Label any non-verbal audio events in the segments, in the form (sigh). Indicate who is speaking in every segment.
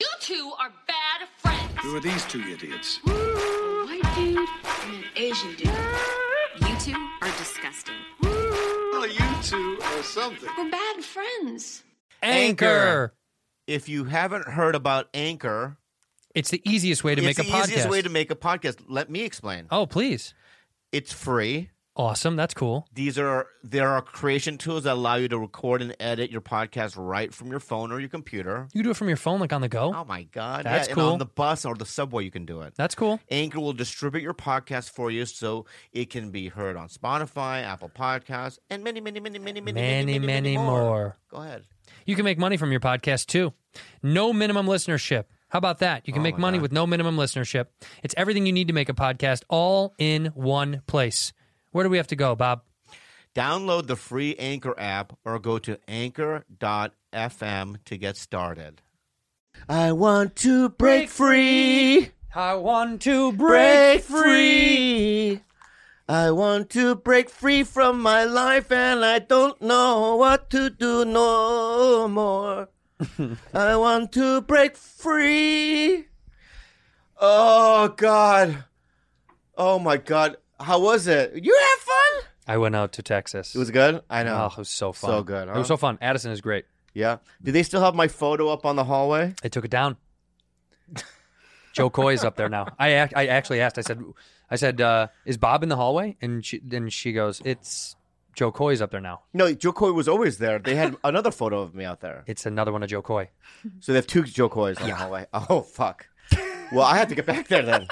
Speaker 1: You two are bad friends.
Speaker 2: Who are these two idiots?
Speaker 1: White dude and an Asian dude.
Speaker 3: You two are disgusting.
Speaker 2: Well, you two or something.
Speaker 1: We're bad friends.
Speaker 4: Anchor.
Speaker 5: If you haven't heard about Anchor,
Speaker 4: It's the easiest way to make
Speaker 5: it's
Speaker 4: a
Speaker 5: the easiest
Speaker 4: podcast.
Speaker 5: way to make a podcast. Let me explain.
Speaker 4: oh, please.
Speaker 5: It's free.
Speaker 4: Awesome. That's cool.
Speaker 5: These are there are creation tools that allow you to record and edit your podcast right from your phone or your computer.
Speaker 4: You can do it from your phone, like on the go.
Speaker 5: Oh my god,
Speaker 4: That's
Speaker 5: yeah, And
Speaker 4: cool.
Speaker 5: on the bus or the subway, you can do it.
Speaker 4: That's cool.
Speaker 5: Anchor will distribute your podcast for you, so it can be heard on Spotify, Apple Podcasts, and many, many, many, many, many, many,
Speaker 4: Many, many more.
Speaker 5: Go ahead.
Speaker 4: You can make money from your podcast too. No minimum listenership. How about that?
Speaker 5: Oh,
Speaker 4: You can make money with no minimum listenership. It's everything you need to make a podcast all in one place. Where do we have to go, Bob?
Speaker 5: Download the free Anchor app or go to anchor.fm to get started. I want to break free.
Speaker 4: I want to
Speaker 5: Break free. I want to break free from my life and I don't know what to do no (laughs) more. I want to break free. Oh god. Oh my god. How was it? You had fun?
Speaker 4: I went out to Texas.
Speaker 5: It was good? I know.
Speaker 4: Oh, it was so fun.
Speaker 5: So good, huh?
Speaker 4: It was so fun. Addison is great.
Speaker 5: Yeah. Do they still have my photo up on the hallway?
Speaker 4: They took it down. Joe Coy is up there now. I ac- I actually asked. I said, I said, uh, is Bob in the hallway? And she then she goes, it's Joe Coy's up there now.
Speaker 5: No, Joe Coy was always there. They
Speaker 4: (laughs)
Speaker 5: had another photo of me out there.
Speaker 4: It's another one of Joe Coy.
Speaker 5: So they have two Joe Coys on the hallway. Oh fuck. Well, I have to get back
Speaker 4: (laughs)
Speaker 5: there then.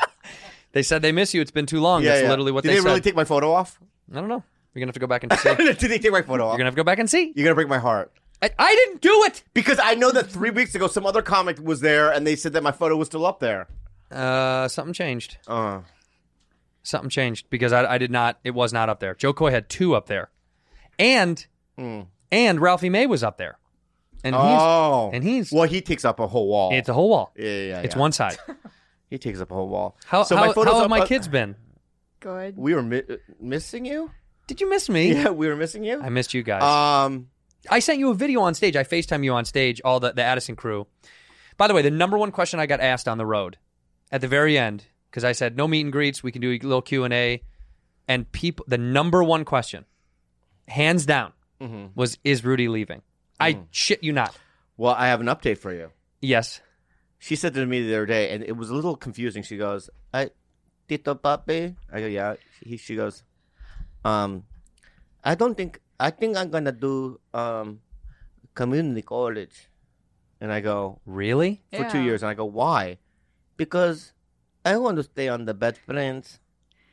Speaker 4: They said they miss you. It's been too long. That's literally what
Speaker 5: Did
Speaker 4: they,
Speaker 5: they
Speaker 4: said.
Speaker 5: really take my photo off?
Speaker 4: I don't know. You're gonna have to go back
Speaker 5: (laughs)
Speaker 4: and see. (laughs) You're
Speaker 5: Did they take my photo off?
Speaker 4: gonna have to go back and see.
Speaker 5: You're gonna break my heart.
Speaker 4: I, I didn't do it.
Speaker 5: Because I know that three weeks ago, some other comic was there, and they said that my photo was still up there.
Speaker 4: Uh, something changed.
Speaker 5: Uh,
Speaker 4: Something changed because I, I did not. It was not up there. Joe Coy had two up there, and and Ralphie May was up there. And
Speaker 5: Hmm. oh,
Speaker 4: he's and he's
Speaker 5: well, he takes up a whole wall.
Speaker 4: it's a whole wall.
Speaker 5: yeah, yeah, yeah.
Speaker 4: It's one
Speaker 5: (laughs)
Speaker 4: side.
Speaker 5: He takes up a whole wall.
Speaker 4: How,
Speaker 5: so
Speaker 4: how,
Speaker 5: my photos
Speaker 4: how have
Speaker 5: up-
Speaker 4: my
Speaker 5: uh,
Speaker 4: kids been?
Speaker 3: Good.
Speaker 5: We were mi- uh, missing you.
Speaker 4: Did you miss me?
Speaker 5: (laughs) Yeah, we were missing you.
Speaker 4: I missed you guys.
Speaker 5: Um,
Speaker 4: I sent you a video on stage. I FaceTime you on stage, all the, the Addison crew. By the way, the number one question I got asked on the road at the very end, because I said no meet and greets, we can do a little Q and A, and people the number one question, hands down,
Speaker 5: Mm-hmm.
Speaker 4: was is Rudy leaving? I
Speaker 5: Mm.
Speaker 4: shit you not.
Speaker 5: well, I have an update for you.
Speaker 4: Yes.
Speaker 5: She said to me the other day, and it was a little confusing. She goes, "I, Tito Papi." I go, "Yeah." He, she goes, "Um, I don't think I think I'm gonna do um community college," and I go
Speaker 4: Really?
Speaker 5: for two years, and I go, "Why?" Because I want to stay on the best friends.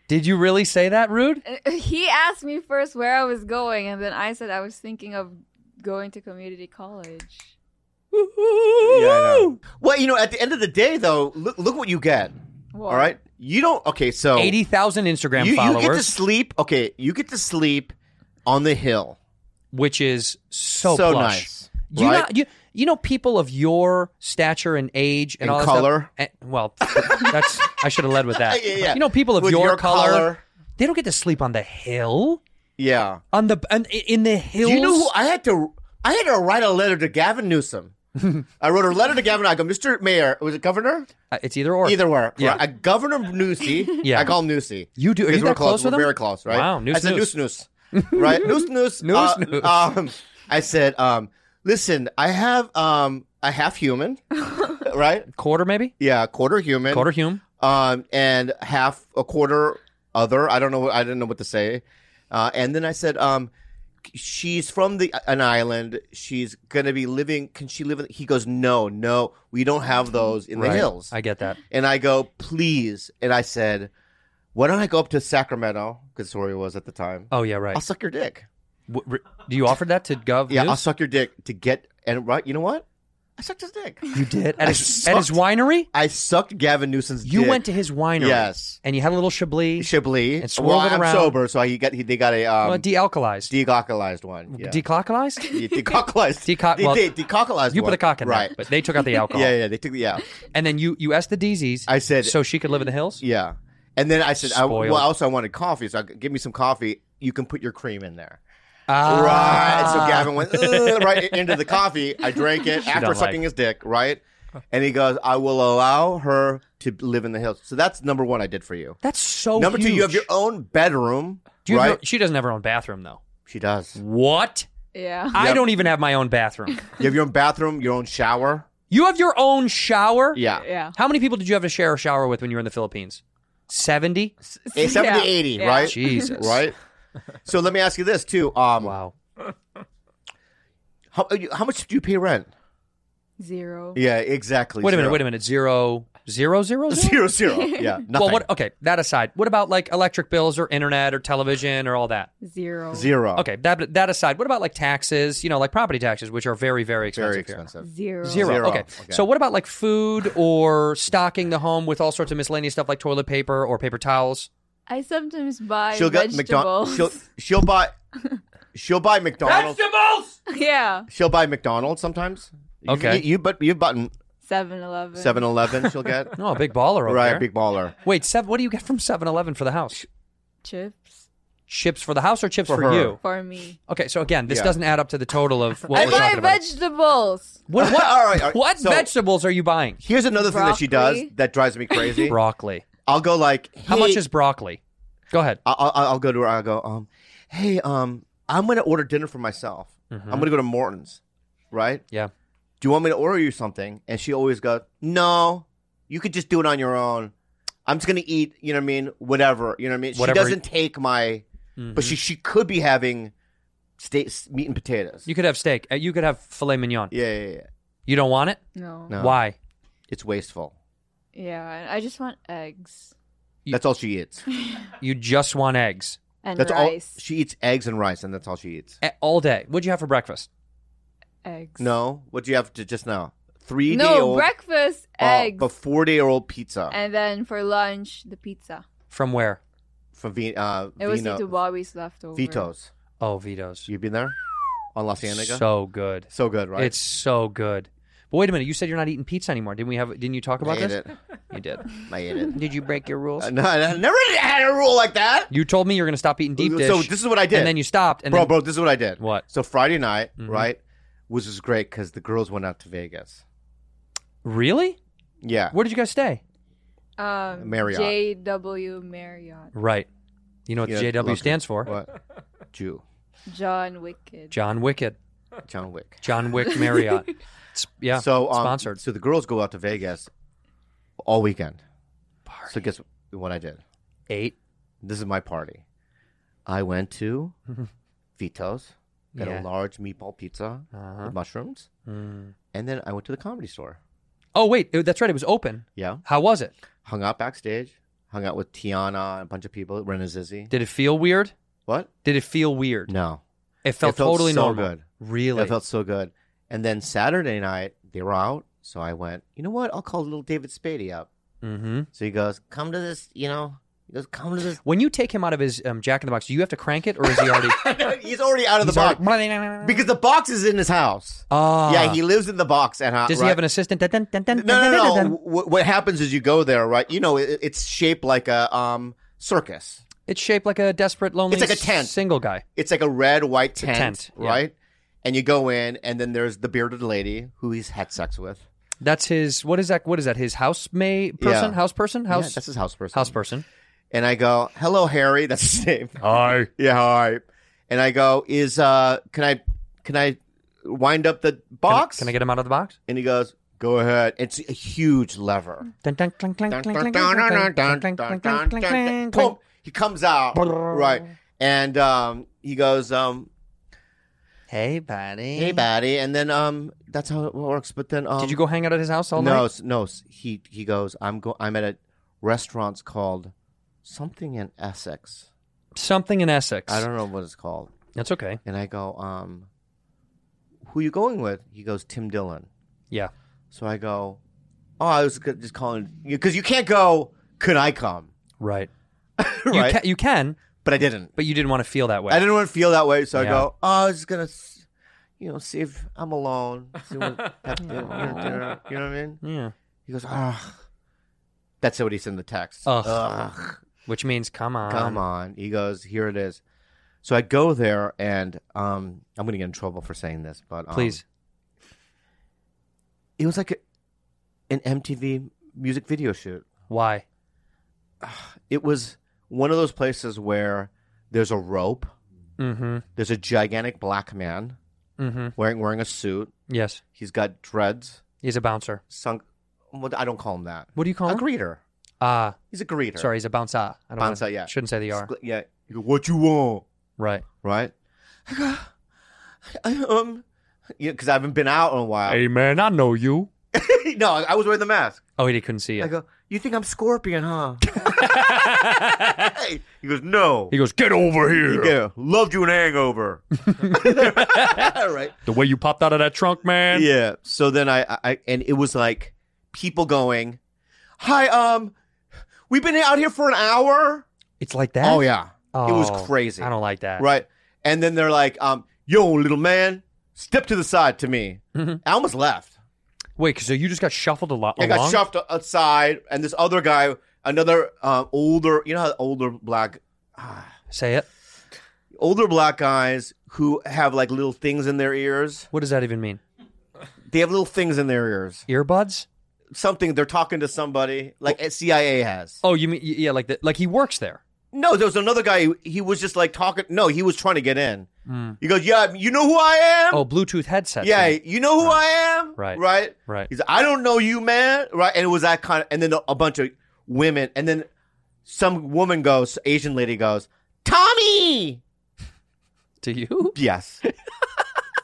Speaker 4: Did you really say that, Rude?
Speaker 3: (laughs) He asked me first where I was going, and then I said I was thinking of going to community college.
Speaker 5: Yeah, I know. Well, you know, at the end of the day, though, look, look what you get.
Speaker 3: What?
Speaker 5: All right, you don't. Okay, so
Speaker 4: Eighty thousand Instagram
Speaker 5: you, you
Speaker 4: followers,
Speaker 5: get to sleep. Okay, you get to sleep on the hill.
Speaker 4: which is so,
Speaker 5: so
Speaker 4: plush.
Speaker 5: nice.
Speaker 4: You
Speaker 5: right?
Speaker 4: know, you you know people of your stature and age and,
Speaker 5: And
Speaker 4: all that stuff-
Speaker 5: color.
Speaker 4: and- well, that's I should have led with that.
Speaker 5: (laughs) Yeah, yeah.
Speaker 4: You know people of
Speaker 5: With
Speaker 4: your,
Speaker 5: your
Speaker 4: color,
Speaker 5: color.
Speaker 4: They don't get to sleep on the hill
Speaker 5: Yeah.
Speaker 4: on the on, in the hills.
Speaker 5: Do you know who I had to? I had to write a letter to Gavin
Speaker 4: (laughs)
Speaker 5: Newsom. I wrote a letter to Gavin. I go, Mr. Mayor, was it governor?
Speaker 4: Uh, it's either or.
Speaker 5: Either way,
Speaker 4: Yeah.
Speaker 5: yeah. I,
Speaker 4: (laughs)
Speaker 5: Governor Newsy.
Speaker 4: Yeah.
Speaker 5: I call him Newsy.
Speaker 4: You do- are you
Speaker 5: Because
Speaker 4: that
Speaker 5: we're
Speaker 4: close
Speaker 5: close.
Speaker 4: with
Speaker 5: we're
Speaker 4: him?
Speaker 5: very close, right?
Speaker 4: Wow, News
Speaker 5: I said
Speaker 4: News.
Speaker 5: News News,
Speaker 4: (laughs)
Speaker 5: right? News News
Speaker 4: News
Speaker 5: uh,
Speaker 4: News.
Speaker 5: Um, I said, um, listen, I have um, a half
Speaker 4: (laughs)
Speaker 5: human, right?
Speaker 4: quarter maybe
Speaker 5: Yeah, quarter human,
Speaker 4: quarter Hume.
Speaker 5: um, and half a quarter other. I don't know. I didn't know what to say. Uh, and then I said, um, she's from the an island. She's gonna be living. Can she live? In, he goes, no, no, we don't have those in the hills.
Speaker 4: I get that.
Speaker 5: and I go, please. And I said, why don't I go up to Sacramento? Because where he was at the time.
Speaker 4: Oh yeah, right.
Speaker 5: I'll suck your dick.
Speaker 4: W- r- do you offer that to Gov?
Speaker 5: Yeah, I'll
Speaker 4: News?
Speaker 5: suck your dick to get and right. You know what?
Speaker 6: I sucked his dick.
Speaker 4: You did at
Speaker 6: I
Speaker 4: his, at his
Speaker 6: sucked.
Speaker 4: winery.
Speaker 6: I sucked Gavin Newsom's dick.
Speaker 4: You went to his winery.
Speaker 6: Yes.
Speaker 4: and you had a little Chablis,
Speaker 6: Chablis.
Speaker 4: and swirled
Speaker 6: well,
Speaker 4: it around.
Speaker 6: I'm sober, so he got he, they got a um,
Speaker 4: well, de-alkalized,
Speaker 6: decalculized one. Yeah.
Speaker 4: decalculized. (laughs)
Speaker 6: Yeah, decalculized.
Speaker 4: Decock-
Speaker 6: They
Speaker 4: well,
Speaker 6: did, decalculized
Speaker 4: You put
Speaker 6: one.
Speaker 4: a cock in
Speaker 6: right.
Speaker 4: there, but they took out the
Speaker 6: (laughs)
Speaker 4: alcohol.
Speaker 6: yeah, yeah, they took the yeah,
Speaker 4: And then you you asked the DZs.
Speaker 6: I said-
Speaker 4: so she could live in the hills.
Speaker 6: yeah. And then I said, I, well,
Speaker 4: Spoiled.
Speaker 6: also I wanted coffee, so I, give me some coffee. You can put your cream in there.
Speaker 4: Ah.
Speaker 6: Right. So Gavin went "Ugh," right into the coffee. I drank it after
Speaker 4: don't
Speaker 6: sucking
Speaker 4: like-
Speaker 6: his dick, right? And he goes, I will allow her to live in the hills. So that's number one I did for you.
Speaker 4: That's so.
Speaker 6: number two, you have
Speaker 4: huge.
Speaker 6: your own bedroom,
Speaker 4: Do you have
Speaker 6: right?
Speaker 4: your- she doesn't have her own bathroom though.
Speaker 6: she does.
Speaker 4: What?
Speaker 3: Yeah.
Speaker 4: I
Speaker 6: Yep.
Speaker 4: don't even have my own
Speaker 6: (laughs)
Speaker 4: bathroom.
Speaker 6: You have your own bathroom, your own shower.
Speaker 4: you have your own shower.
Speaker 5: Ah.
Speaker 6: Yeah.
Speaker 3: (laughs) Yeah.
Speaker 4: How many people did you have to share a shower with when you were in the Philippines? Seventy.
Speaker 6: Eh, 70,
Speaker 3: Yeah.
Speaker 6: 80,
Speaker 3: Yeah.
Speaker 6: right?
Speaker 4: Jesus.
Speaker 6: (laughs) Right? So let me ask you this, too. Um,
Speaker 4: Wow.
Speaker 6: How, you- how much do you pay rent?
Speaker 3: Zero.
Speaker 6: Yeah, exactly.
Speaker 4: Wait a minute. Wait a minute. Zero. Zero. Zero. (laughs) zero?
Speaker 6: Zero, zero. Yeah, (laughs) nothing.
Speaker 4: Well, what? Okay, that aside, what about like electric bills or internet or television or all that?
Speaker 3: Zero.
Speaker 6: Zero.
Speaker 4: Okay, that that aside, what about like taxes? You know, like property taxes, which are very very expensive.
Speaker 6: Very
Speaker 4: here.
Speaker 6: expensive.
Speaker 3: Zero.
Speaker 4: Zero.
Speaker 6: Zero.
Speaker 4: Okay.
Speaker 6: Okay.
Speaker 4: So what about like food or stocking the home with all sorts of miscellaneous stuff like toilet paper or paper towels?
Speaker 3: I sometimes buy
Speaker 6: She'll get
Speaker 3: vegetables.
Speaker 6: McDonald's. She'll, she'll buy. She'll buy McDonald's.
Speaker 3: (laughs) yeah.
Speaker 6: She'll buy McDonald's sometimes. You-
Speaker 4: Okay.
Speaker 6: You, you but you've bought
Speaker 3: 7-Eleven.
Speaker 6: 7-Eleven.
Speaker 4: (laughs)
Speaker 6: She'll get
Speaker 4: No, a big baller over
Speaker 6: right
Speaker 4: there.
Speaker 6: big baller.
Speaker 4: Wait, seven, what do you get from 7-Eleven for the house?
Speaker 3: Chips
Speaker 4: Chips for the house or chips for,
Speaker 6: For her.
Speaker 4: you?
Speaker 3: for me.
Speaker 4: Okay, so again, this
Speaker 6: Yeah.
Speaker 4: doesn't add up to the total of what
Speaker 3: I
Speaker 4: we're talking
Speaker 3: buy
Speaker 4: about.
Speaker 3: vegetables.
Speaker 4: (laughs) What,
Speaker 6: (laughs)
Speaker 4: what,
Speaker 6: All right, all right.
Speaker 4: what
Speaker 6: So-
Speaker 4: vegetables are you buying?
Speaker 6: Here's another thing that she does
Speaker 3: Broccoli.
Speaker 6: that drives
Speaker 4: (laughs)
Speaker 6: me crazy.
Speaker 4: Broccoli.
Speaker 6: I'll go like,
Speaker 4: How
Speaker 6: hey-
Speaker 4: much is broccoli? Go ahead.
Speaker 6: I- I'll, I'll, I'll go to her. I'll go, um, hey, um, I'm gonna order dinner for myself. I'm gonna go to Morton's, right?
Speaker 4: Mm-hmm. Yeah.
Speaker 6: Do you want me to order you something? And she always goes, no, you could just do it on your own. I'm just gonna eat. You know what I mean? Whatever. You know what I mean?
Speaker 4: Whatever.
Speaker 6: She doesn't take my,
Speaker 4: Mm-hmm.
Speaker 6: but she she could be having, steak, meat and potatoes.
Speaker 4: You could have steak. Uh, You could have filet mignon.
Speaker 6: yeah, yeah, yeah.
Speaker 4: You don't want it?
Speaker 3: No.
Speaker 6: No.
Speaker 4: Why?
Speaker 6: It's wasteful.
Speaker 3: Yeah, and I just want eggs
Speaker 4: You-
Speaker 6: that's all she eats.
Speaker 4: You just want eggs
Speaker 3: (laughs) and
Speaker 6: That's
Speaker 3: rice.
Speaker 6: all she eats. Eggs and rice, and that's all she eats.
Speaker 4: E- all day. What'd you have for breakfast?
Speaker 3: eggs.
Speaker 6: No, what do you have to just now? Three day
Speaker 3: No,
Speaker 6: old, uh,
Speaker 3: breakfast eggs.
Speaker 6: Oh, but four day old pizza.
Speaker 3: and then for lunch, the pizza.
Speaker 4: From where?
Speaker 6: from Vin- uh,
Speaker 3: It was
Speaker 6: Vino-
Speaker 3: due to Bobby's leftover.
Speaker 6: Vito's.
Speaker 4: Oh, Vito's.
Speaker 6: You've been there on La Cienega.
Speaker 4: So good.
Speaker 6: So good, right?
Speaker 4: It's so good. But wait a minute, you said you're not eating pizza anymore. Didn't we have didn't you talk
Speaker 6: I
Speaker 4: about
Speaker 6: ate
Speaker 4: this?
Speaker 6: it.
Speaker 4: You did.
Speaker 6: I ate
Speaker 4: (laughs)
Speaker 6: it. (laughs)
Speaker 4: Did you break your rules?
Speaker 6: Uh, no, I never had a rule like that.
Speaker 4: You told me you're going to stop eating deep dish.
Speaker 6: So this is what I did.
Speaker 4: And then you stopped and
Speaker 6: bro,
Speaker 4: then
Speaker 6: bro, this is what I did.
Speaker 4: What? Mm-hmm.
Speaker 6: So Friday night, right, was just great because the girls went out to Vegas.
Speaker 4: Really?
Speaker 6: Yeah,
Speaker 4: Where did you guys stay?
Speaker 3: Um,
Speaker 6: Marriott.
Speaker 3: JW Marriott.
Speaker 4: Right. You know what
Speaker 6: Yeah,
Speaker 4: the JW
Speaker 6: look,
Speaker 4: stands for? (laughs)
Speaker 6: what? Jew,
Speaker 3: John Wicked.
Speaker 4: John Wicked.
Speaker 6: John Wick.
Speaker 4: John Wick (laughs) Marriott. It's- yeah.
Speaker 6: So um,
Speaker 4: sponsored.
Speaker 6: So the girls go out to Vegas all weekend. So guess what I did?
Speaker 4: Eight.
Speaker 6: This is my party. I
Speaker 4: (laughs)
Speaker 6: went to Vito's, got
Speaker 4: Yeah. Uh-huh. Mm.
Speaker 6: a large meatball pizza with mushrooms, and then I went to the comedy store.
Speaker 4: Oh wait, it- that's right. It was open.
Speaker 6: Yeah,
Speaker 4: How was it?
Speaker 6: hung out backstage, hung out with Tiana and a bunch of people, Ren and Zizzy.
Speaker 4: Did it feel weird?
Speaker 6: What?
Speaker 4: Did it feel weird?
Speaker 6: No,
Speaker 4: It felt,
Speaker 6: felt
Speaker 4: totally
Speaker 6: so
Speaker 4: normal.
Speaker 6: good.
Speaker 4: Really?
Speaker 6: it felt so good. And then Saturday night they were out, so I went. You know what? I'll call little David Spady up.
Speaker 4: mm-hmm.
Speaker 6: So he goes, "Come to this," you know. He goes, "Come to
Speaker 4: (laughs)
Speaker 6: this." (laughs)
Speaker 4: When you take him out of his um, Jack in the Box, do you have to crank it, or is he already?
Speaker 6: He's already (laughs) out of
Speaker 4: he's
Speaker 6: the box
Speaker 4: already-
Speaker 6: because the box is in his house.
Speaker 4: Ah.
Speaker 6: yeah, he lives in the box and
Speaker 4: Does he have an assistant? Dun, dun, dun, dun,
Speaker 6: No,
Speaker 4: dun,
Speaker 6: no,
Speaker 4: dun,
Speaker 6: no.
Speaker 4: dun, dun.
Speaker 6: Wh- What happens is you go there, right? You know, it, it's shaped like a um, circus.
Speaker 4: It's shaped like a desperate, lonely.
Speaker 6: It's like a tent.
Speaker 4: Single guy.
Speaker 6: It's like a red white tent,
Speaker 4: tent, yeah.
Speaker 6: right? And you go in, and then there's the bearded lady who he's had sex with.
Speaker 4: That's his. What is that? What is that? His house may person.
Speaker 6: Yeah.
Speaker 4: House person.
Speaker 6: Yeah,
Speaker 4: House.
Speaker 6: that's his house person.
Speaker 4: house person.
Speaker 6: And I go, "Hello, Harry." (laughs) That's his name.
Speaker 4: Hi.
Speaker 6: yeah, hi. And I go, "Is uh, can I can I wind up the box?"
Speaker 4: Can, I get him out of the box?
Speaker 6: And he goes, "Go ahead." It's a huge lever.
Speaker 4: Dun, dun, clang, clang, clang, clang, clang, clang, clang, clang, clang, clang, clang, clang, clang.
Speaker 6: Boom. He comes out right, and um, he goes, um,
Speaker 4: Hey, buddy.
Speaker 6: "Hey, buddy," and then um, that's how it works. But then um,
Speaker 4: Mm. Did you go hang out at his house all
Speaker 6: No,
Speaker 4: night?
Speaker 6: s- no. s- He he goes. I'm go. I'm at a restaurant's called something in Essex.
Speaker 4: Something in Essex.
Speaker 6: I don't know what it's called.
Speaker 4: That's okay.
Speaker 6: And I go, um, who you going with? He goes, Tim Dillon.
Speaker 4: Yeah.
Speaker 6: So I go, oh, I was g- just calling because you can't go. Could I come? (laughs)
Speaker 4: Right.
Speaker 6: right.
Speaker 4: You, ca- you can,
Speaker 6: but I didn't.
Speaker 4: but you didn't want to feel that way.
Speaker 6: I didn't want to feel that way, so I
Speaker 4: Yeah.
Speaker 6: go, oh, I was just gonna, s- you know, see if I'm alone.
Speaker 4: (laughs)
Speaker 6: see what- have dinner, dinner, you know what I mean?
Speaker 4: Yeah.
Speaker 6: He goes, ugh. That's what he said in the text.
Speaker 4: Ugh.
Speaker 6: ugh.
Speaker 4: Which means, come on.
Speaker 6: Come on. He goes, here it is. So I go there, and um, I'm going to get in trouble for saying this, but um,
Speaker 4: Please.
Speaker 6: It was like a, an MTV music video shoot.
Speaker 4: Why?
Speaker 6: It was one of those places where there's a rope,
Speaker 4: Mm
Speaker 6: there's a gigantic black man
Speaker 4: hmm. Mm hmm.
Speaker 6: wearing wearing a suit.
Speaker 4: Yes.
Speaker 6: He's got dreads,
Speaker 4: He's a bouncer.
Speaker 6: sunk. Well, I don't call him that.
Speaker 4: What do you call
Speaker 6: a
Speaker 4: him?
Speaker 6: greeter.
Speaker 4: Ah,
Speaker 6: He's a greeter.
Speaker 4: sorry. He's a bouncer. I don't
Speaker 6: Bouncer,
Speaker 4: wanna-
Speaker 6: yeah.
Speaker 4: Shouldn't say the R.
Speaker 6: Split- Yeah. You go, what you want?
Speaker 4: Right.
Speaker 6: right? I um, yeah, because I haven't been out in a while.
Speaker 4: man, I know you.
Speaker 6: (laughs) no, I was wearing the mask.
Speaker 4: Oh, he couldn't see
Speaker 6: I
Speaker 4: it.
Speaker 6: go, you think I'm Scorpion, huh? (laughs) Hey. He goes, no.
Speaker 4: He goes, get over here.
Speaker 6: Yeah, loved you in (laughs) Hangover. right.
Speaker 4: The way you popped out of that trunk, man.
Speaker 6: Yeah. So then I, I- I, and it was like people going, hi, um, we've been out here for an hour.
Speaker 4: It's like that.
Speaker 6: Oh yeah, it
Speaker 4: Oh,
Speaker 6: was crazy.
Speaker 4: I don't like that.
Speaker 6: Right. And then they're like, um, yo, little man, step to the side to me. I almost left.
Speaker 4: Wait, so you just got shuffled a lot.
Speaker 6: I got
Speaker 4: along?
Speaker 6: shoved outside, and this other guy, another uh, older, you know how older black,
Speaker 4: Say it.
Speaker 6: older black guys who have like little things in their ears.
Speaker 4: What does that even mean?
Speaker 6: They have little things in their ears.
Speaker 4: Earbuds?
Speaker 6: Something they're talking to somebody like CIA has.
Speaker 4: Oh, you mean y- yeah, like the, like he works there.
Speaker 6: No, there was another guy. He, he was just like talking. No, he was trying to get in. He goes, "Yeah, you know who I am.
Speaker 4: Hmm. Oh, Bluetooth headset.
Speaker 6: yeah,
Speaker 4: thing.
Speaker 6: you know who I am.
Speaker 4: Right.
Speaker 6: right,
Speaker 4: Right.
Speaker 6: He's, I don't know you, man. Right, and it was that kind of, and then a bunch of women, and then some woman goes, Asian lady goes, Tommy.
Speaker 4: To you? (laughs)
Speaker 6: Yes,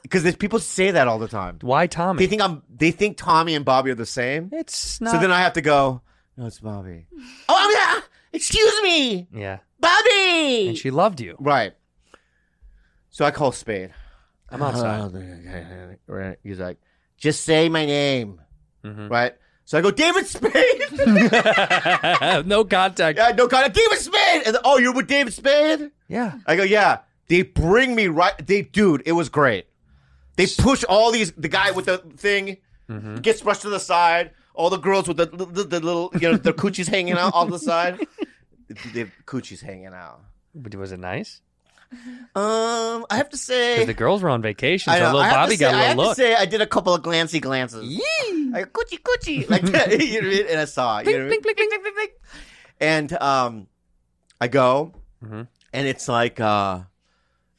Speaker 6: because people say that all the time.
Speaker 4: Why Tommy?
Speaker 6: They think I'm. They think Tommy and Bobby are the same.
Speaker 4: it's not.
Speaker 6: So then I have to go. No, it's Bobby. oh yeah. Excuse me,
Speaker 4: yeah,
Speaker 6: Bobby.
Speaker 4: and she loved you.
Speaker 6: right. So I call Spade.
Speaker 4: I'm
Speaker 6: Uh-huh.
Speaker 4: outside.
Speaker 6: Right. He's like, just say my name.
Speaker 4: Mhm.
Speaker 6: Right. So I go, David Spade. (laughs)
Speaker 4: no contact.
Speaker 6: Yeah, (laughs) no God, David Spade. And oh, you're with David Spade?
Speaker 4: Yeah.
Speaker 6: I go, yeah. They bring me right. They, dude, it was great. They push all these. The guy with the thing
Speaker 4: Mm-hmm.
Speaker 6: gets brushed to the side. All the girls with the the, the, the little, you know, their coochies hanging out off the side.
Speaker 4: (laughs)
Speaker 6: Their coochies hanging out.
Speaker 4: But was it nice?
Speaker 6: Um, I have to
Speaker 4: 'Cause
Speaker 6: say,
Speaker 4: the girls were on vacation, so
Speaker 6: I know,
Speaker 4: little
Speaker 6: I have
Speaker 4: Bobby
Speaker 6: to say,
Speaker 4: got a
Speaker 6: I
Speaker 4: little
Speaker 6: have
Speaker 4: look.
Speaker 6: to say, I did a couple of glancy glances. like coochie coochie like that, (laughs) you know what I mean? and I saw it, you know what I mean? and um I go
Speaker 4: Mhm.
Speaker 6: and it's like uh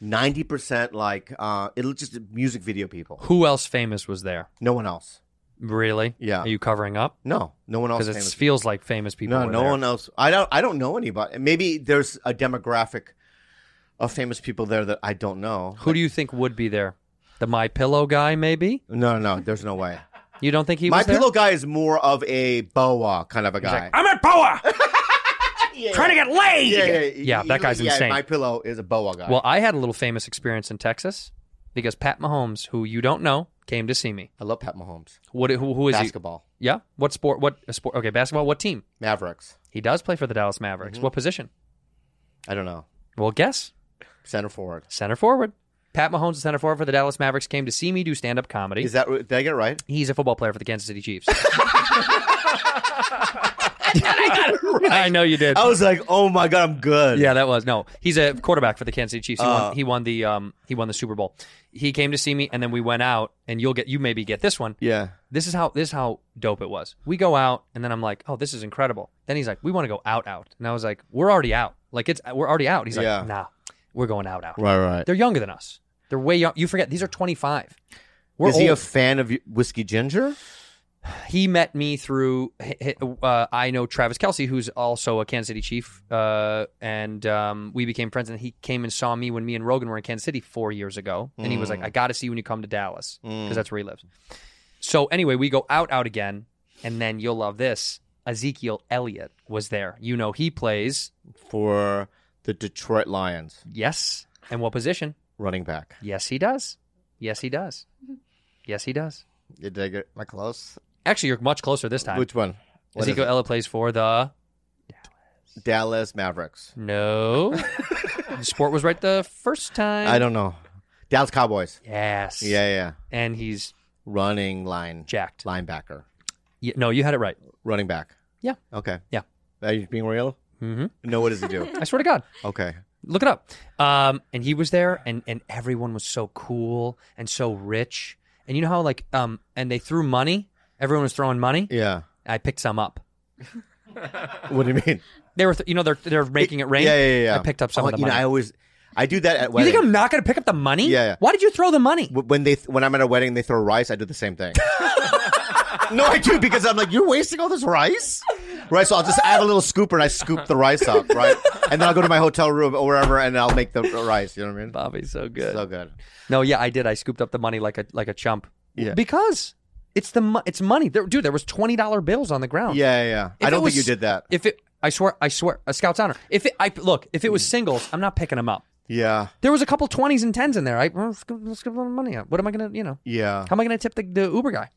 Speaker 6: 90% like uh it'll just music video people
Speaker 4: Who else famous was there?
Speaker 6: no one else
Speaker 4: Really?
Speaker 6: Yeah.
Speaker 4: Are you covering up?
Speaker 6: no no one else
Speaker 4: Because it
Speaker 6: famous.
Speaker 4: feels like famous people.
Speaker 6: no
Speaker 4: were
Speaker 6: no
Speaker 4: there.
Speaker 6: one else I don't I don't know anybody maybe there's a demographic of famous people there that I don't know
Speaker 4: Who do you think would be there? The My Pillow guy, maybe.
Speaker 6: no no there's no way
Speaker 4: You don't think (laughs) he
Speaker 6: my
Speaker 4: was there?
Speaker 6: pillow guy is more of a boa kind of a guy
Speaker 4: I'm at
Speaker 6: (laughs)
Speaker 4: Boa. Trying to get laid.
Speaker 6: yeah, yeah,
Speaker 4: Yeah, that guy's insane.
Speaker 6: My pillow is a boa guy.
Speaker 4: Well, I had a little famous experience in Texas because Pat Mahomes, who you don't know, came to see me.
Speaker 6: I love Pat Mahomes.
Speaker 4: What? Who, who is
Speaker 6: Basketball,
Speaker 4: he? Yeah. What sport? What a sport? Okay, basketball. What team?
Speaker 6: Mavericks.
Speaker 4: He does play for the Dallas Mavericks.
Speaker 6: Mm-hmm.
Speaker 4: What position?
Speaker 6: I don't know.
Speaker 4: Well, guess
Speaker 6: Center forward.
Speaker 4: center forward. Pat Mahomes, the center forward for the Dallas Mavericks, came to see me do stand-up comedy.
Speaker 6: Is that did I get it right?
Speaker 4: He's a football player for the Kansas City Chiefs. (laughs) I know you did.
Speaker 6: I was like, oh my god, I'm good.
Speaker 4: Yeah, that was no. He's a quarterback for the Kansas City Chiefs. He,
Speaker 6: Uh.
Speaker 4: won, he won the um he won the Super Bowl. He came to see me, and then we went out. And you'll get you maybe get this one.
Speaker 6: yeah.
Speaker 4: This is how this is how dope it was. We go out, and then I'm like, oh, this is incredible. Then he's like, we want to go out out, and I was like, we're already out. Like it's we're already out. He's like,
Speaker 6: Yeah.
Speaker 4: nah, we're going out out.
Speaker 6: Right, right.
Speaker 4: They're younger than us. They're way young. You forget these are 25. We're
Speaker 6: Is he a
Speaker 4: old.
Speaker 6: fan of whiskey ginger?
Speaker 4: he met me through. hi- hi- Uh, I know Travis Kelsey, who's also a Kansas City Chief, uh, and um, we became friends. And he came and saw me when me and Rogan were in Kansas City four years ago, and he was
Speaker 6: Mm.
Speaker 4: like, "I got to see you when you come to Dallas because that's where he lives." So anyway, we go out out again, and then you'll love this. Ezekiel Elliott was there. You know he plays
Speaker 6: For the Detroit Lions
Speaker 4: yes, and what position?
Speaker 6: running back.
Speaker 4: Yes, he does. Yes, he does. Yes, he does.
Speaker 6: Did I get my close?
Speaker 4: Actually, you're much closer this time.
Speaker 6: Which one? What is
Speaker 4: Ezekiel
Speaker 6: it?
Speaker 4: Ella plays for the
Speaker 6: Dallas Mavericks. (laughs)
Speaker 4: no. the sport was right the first time.
Speaker 6: I don't know. Dallas Cowboys.
Speaker 4: Yes.
Speaker 6: Yeah, yeah.
Speaker 4: And he's
Speaker 6: Running line.
Speaker 4: jacked.
Speaker 6: Linebacker.
Speaker 4: Yeah, no, you had it right.
Speaker 6: Running back.
Speaker 4: Yeah.
Speaker 6: Okay.
Speaker 4: Yeah.
Speaker 6: Are you being real?
Speaker 4: hmm
Speaker 6: No, what does
Speaker 4: (laughs)
Speaker 6: he do?
Speaker 4: I swear to God.
Speaker 6: okay.
Speaker 4: Look it up. Um, and he was there, and and everyone was so cool and so rich. And you know how like um, and they threw money. Everyone was throwing money.
Speaker 6: Yeah.
Speaker 4: I picked some up.
Speaker 6: What do you mean?
Speaker 4: They were th- you know they're they're making it rain.
Speaker 6: Yeah, yeah, yeah.
Speaker 4: I picked up some
Speaker 6: Oh,
Speaker 4: of the
Speaker 6: you
Speaker 4: money.
Speaker 6: Know, I always, I do that at
Speaker 4: you
Speaker 6: weddings.
Speaker 4: think I'm not going to pick up the money?
Speaker 6: Yeah, yeah.
Speaker 4: Why did you throw the money?
Speaker 6: Wh- when they th- when I'm at a wedding, they throw rice. I do the same thing. (laughs) no, I do because I'm like, you're wasting all this rice, right? So I'll just add a little scooper and I scoop the rice up, right? And then I'll go to my hotel room or wherever and I'll make the rice. You know what I mean?
Speaker 4: Bobby's so good.
Speaker 6: So good.
Speaker 4: no, yeah, I did. I scooped up the money like a like a chump.
Speaker 6: Yeah.
Speaker 4: Because it's the mo- it's money. There, dude, there was twenty dollar bills on the ground.
Speaker 6: Yeah, yeah. yeah.
Speaker 4: If
Speaker 6: I
Speaker 4: it
Speaker 6: don't
Speaker 4: was-
Speaker 6: think you did that.
Speaker 4: If it, I swear, I swear, a scout's honor. If it, I look, if it
Speaker 6: Mm.
Speaker 4: was singles, I'm not picking them up.
Speaker 6: Yeah,
Speaker 4: There was a couple twenties and tens in there. I well, let's, give, let's give a little money out. What am I gonna, you know,
Speaker 6: yeah.
Speaker 4: how am I gonna tip the, the Uber guy?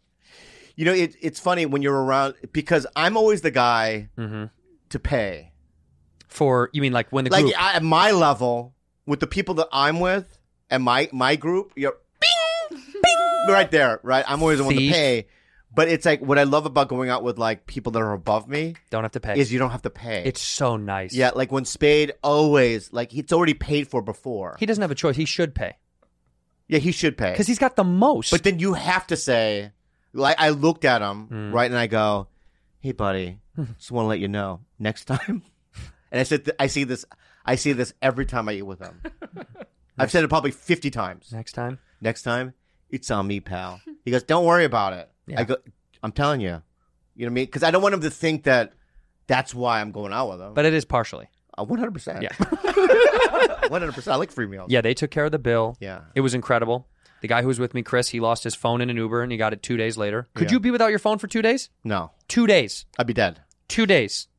Speaker 6: You know, it, it's funny when you're around because I'm always the guy
Speaker 4: Mm-hmm.
Speaker 6: to pay.
Speaker 4: For you mean like when the
Speaker 6: Like
Speaker 4: group?
Speaker 6: I, at my level, with the people that I'm with and my my group, you're bing, bing, right there, right. I'm always the one to
Speaker 4: Thief.
Speaker 6: pay. But it's like what I love about going out with like people that are above me
Speaker 4: don't have to pay.
Speaker 6: is you don't have to pay.
Speaker 4: it's so nice.
Speaker 6: yeah, like when Spade always like it's already paid for before.
Speaker 4: he doesn't have a choice. He should pay
Speaker 6: yeah, he should pay
Speaker 4: because he's got the most.
Speaker 6: But then you have to say, like, I looked at him,
Speaker 4: Hmm.
Speaker 6: right, and I go,
Speaker 4: (laughs)
Speaker 6: hey, buddy, just want to let you know next time. (laughs) And I said, th- I see this, I see this every time I eat
Speaker 4: (laughs)
Speaker 6: with him. I've said it probably 50 times.
Speaker 4: next time,
Speaker 6: Next time, it's on me, pal. He goes, don't worry about it.
Speaker 4: Yeah.
Speaker 6: I go, I'm telling you. You know what I mean? Because I don't want him to think that that's why I'm going out with him.
Speaker 4: but it is partially.
Speaker 6: Uh, 100%. (laughs)
Speaker 4: Yeah.
Speaker 6: 100%. I like free meals.
Speaker 4: Yeah, they took care of the bill.
Speaker 6: Yeah.
Speaker 4: It was incredible. The guy who was with me, Chris, he lost his phone in an Uber and he got it two days later. Could
Speaker 6: Yeah.
Speaker 4: you be without your phone for two days?
Speaker 6: No,
Speaker 4: Two days.
Speaker 6: I'd be dead.
Speaker 4: Two days.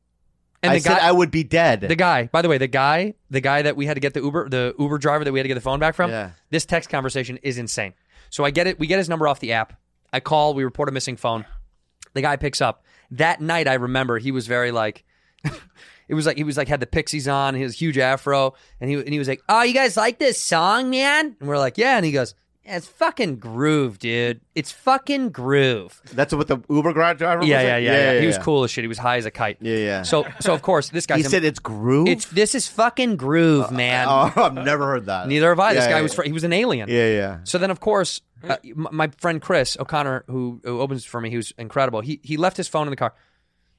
Speaker 4: And
Speaker 6: I
Speaker 4: the
Speaker 6: said
Speaker 4: guy
Speaker 6: I would be dead.
Speaker 4: the guy, by the way, the guy, the guy that we had to get the Uber the Uber driver that we had to get the phone back from,
Speaker 6: Yeah.
Speaker 4: this text conversation is insane. So I get it we get his number off the app. I call, we report a missing phone. The guy picks up. That night I remember he was very like (laughs) It was like he was like had the pixies on, his huge afro, and he and he was like, "Oh, you guys like this song, man?" And we're like, "Yeah." And he goes, yeah, "It's fucking groove, dude. It's fucking groove."
Speaker 6: That's what the Uber grad driver.
Speaker 4: Yeah,
Speaker 6: was
Speaker 4: yeah, yeah,
Speaker 6: like?
Speaker 4: yeah, He was cool as shit. He was high as a kite.
Speaker 6: Yeah, yeah.
Speaker 4: So so of course this guy
Speaker 6: he said it's groove.
Speaker 4: it's this is fucking groove, man.
Speaker 6: (laughs) oh, I've never heard that.
Speaker 4: Neither have I. This
Speaker 6: Yeah,
Speaker 4: guy
Speaker 6: yeah,
Speaker 4: was fr- he was an alien.
Speaker 6: Yeah, yeah.
Speaker 4: So then, of course, uh, m- my friend Chris O'Connor, who, who opens for me, he was incredible. He he left his phone in the car.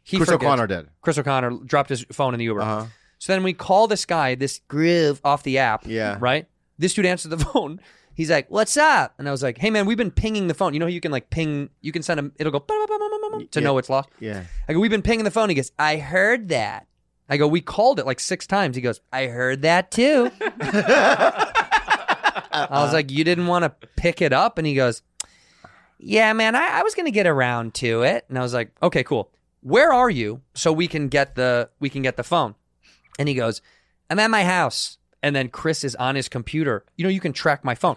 Speaker 4: He
Speaker 6: Chris
Speaker 4: forgets-
Speaker 6: O'Connor did. Uh-huh.
Speaker 4: Chris O'Connor dropped his phone in the Uber. So then we call this guy, this groove off the app.
Speaker 6: Yeah.
Speaker 4: Right? This dude answered the (laughs) phone. He's like, What's up? And I was like, Hey man, we've been pinging the phone. You know how you can like ping you can send him it'll go "Bum, bum, bum, bum, bum, bum," to know it's lost.
Speaker 6: Yeah.
Speaker 4: I go, We've been pinging the phone. He goes, I heard that. I go, We called it like six times. He goes, I heard that too. I was like, You didn't want to pick it up? And he goes, Yeah, man, I, I was gonna get around to it. And I was like, Okay, cool. Where are you? So we can get the we can get the phone. And he goes, I'm at my house. And then Chris is on his computer. You know, you can track my phone.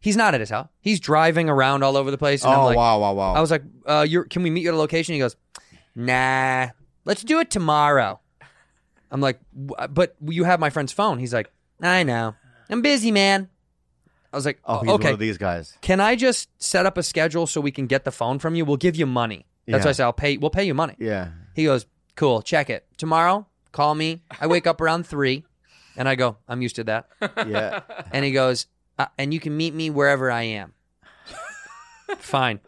Speaker 4: He's not at his house. He's driving around all over the place. And I'm
Speaker 6: Oh
Speaker 4: like,
Speaker 6: wow, wow, wow.
Speaker 4: I was like, uh, you're, can we meet you at a location? He goes, nah, let's do it tomorrow. I'm like, "W- uh, but you have my friend's phone. He's like, I know. I'm busy, man. I was like,
Speaker 6: oh,
Speaker 4: oh,
Speaker 6: he's
Speaker 4: okay.
Speaker 6: one of these guys.
Speaker 4: Can I just set up a schedule so we can get the phone from you? We'll give you money. That's
Speaker 6: Yeah.
Speaker 4: why I said, I'll pay, we'll pay you money.
Speaker 6: Yeah.
Speaker 4: He goes, cool, check it. Tomorrow, call me. I wake up around three and I go, I'm used to that. (laughs)
Speaker 6: Yeah.
Speaker 4: And he goes, uh, and you can meet me wherever I am. Fine.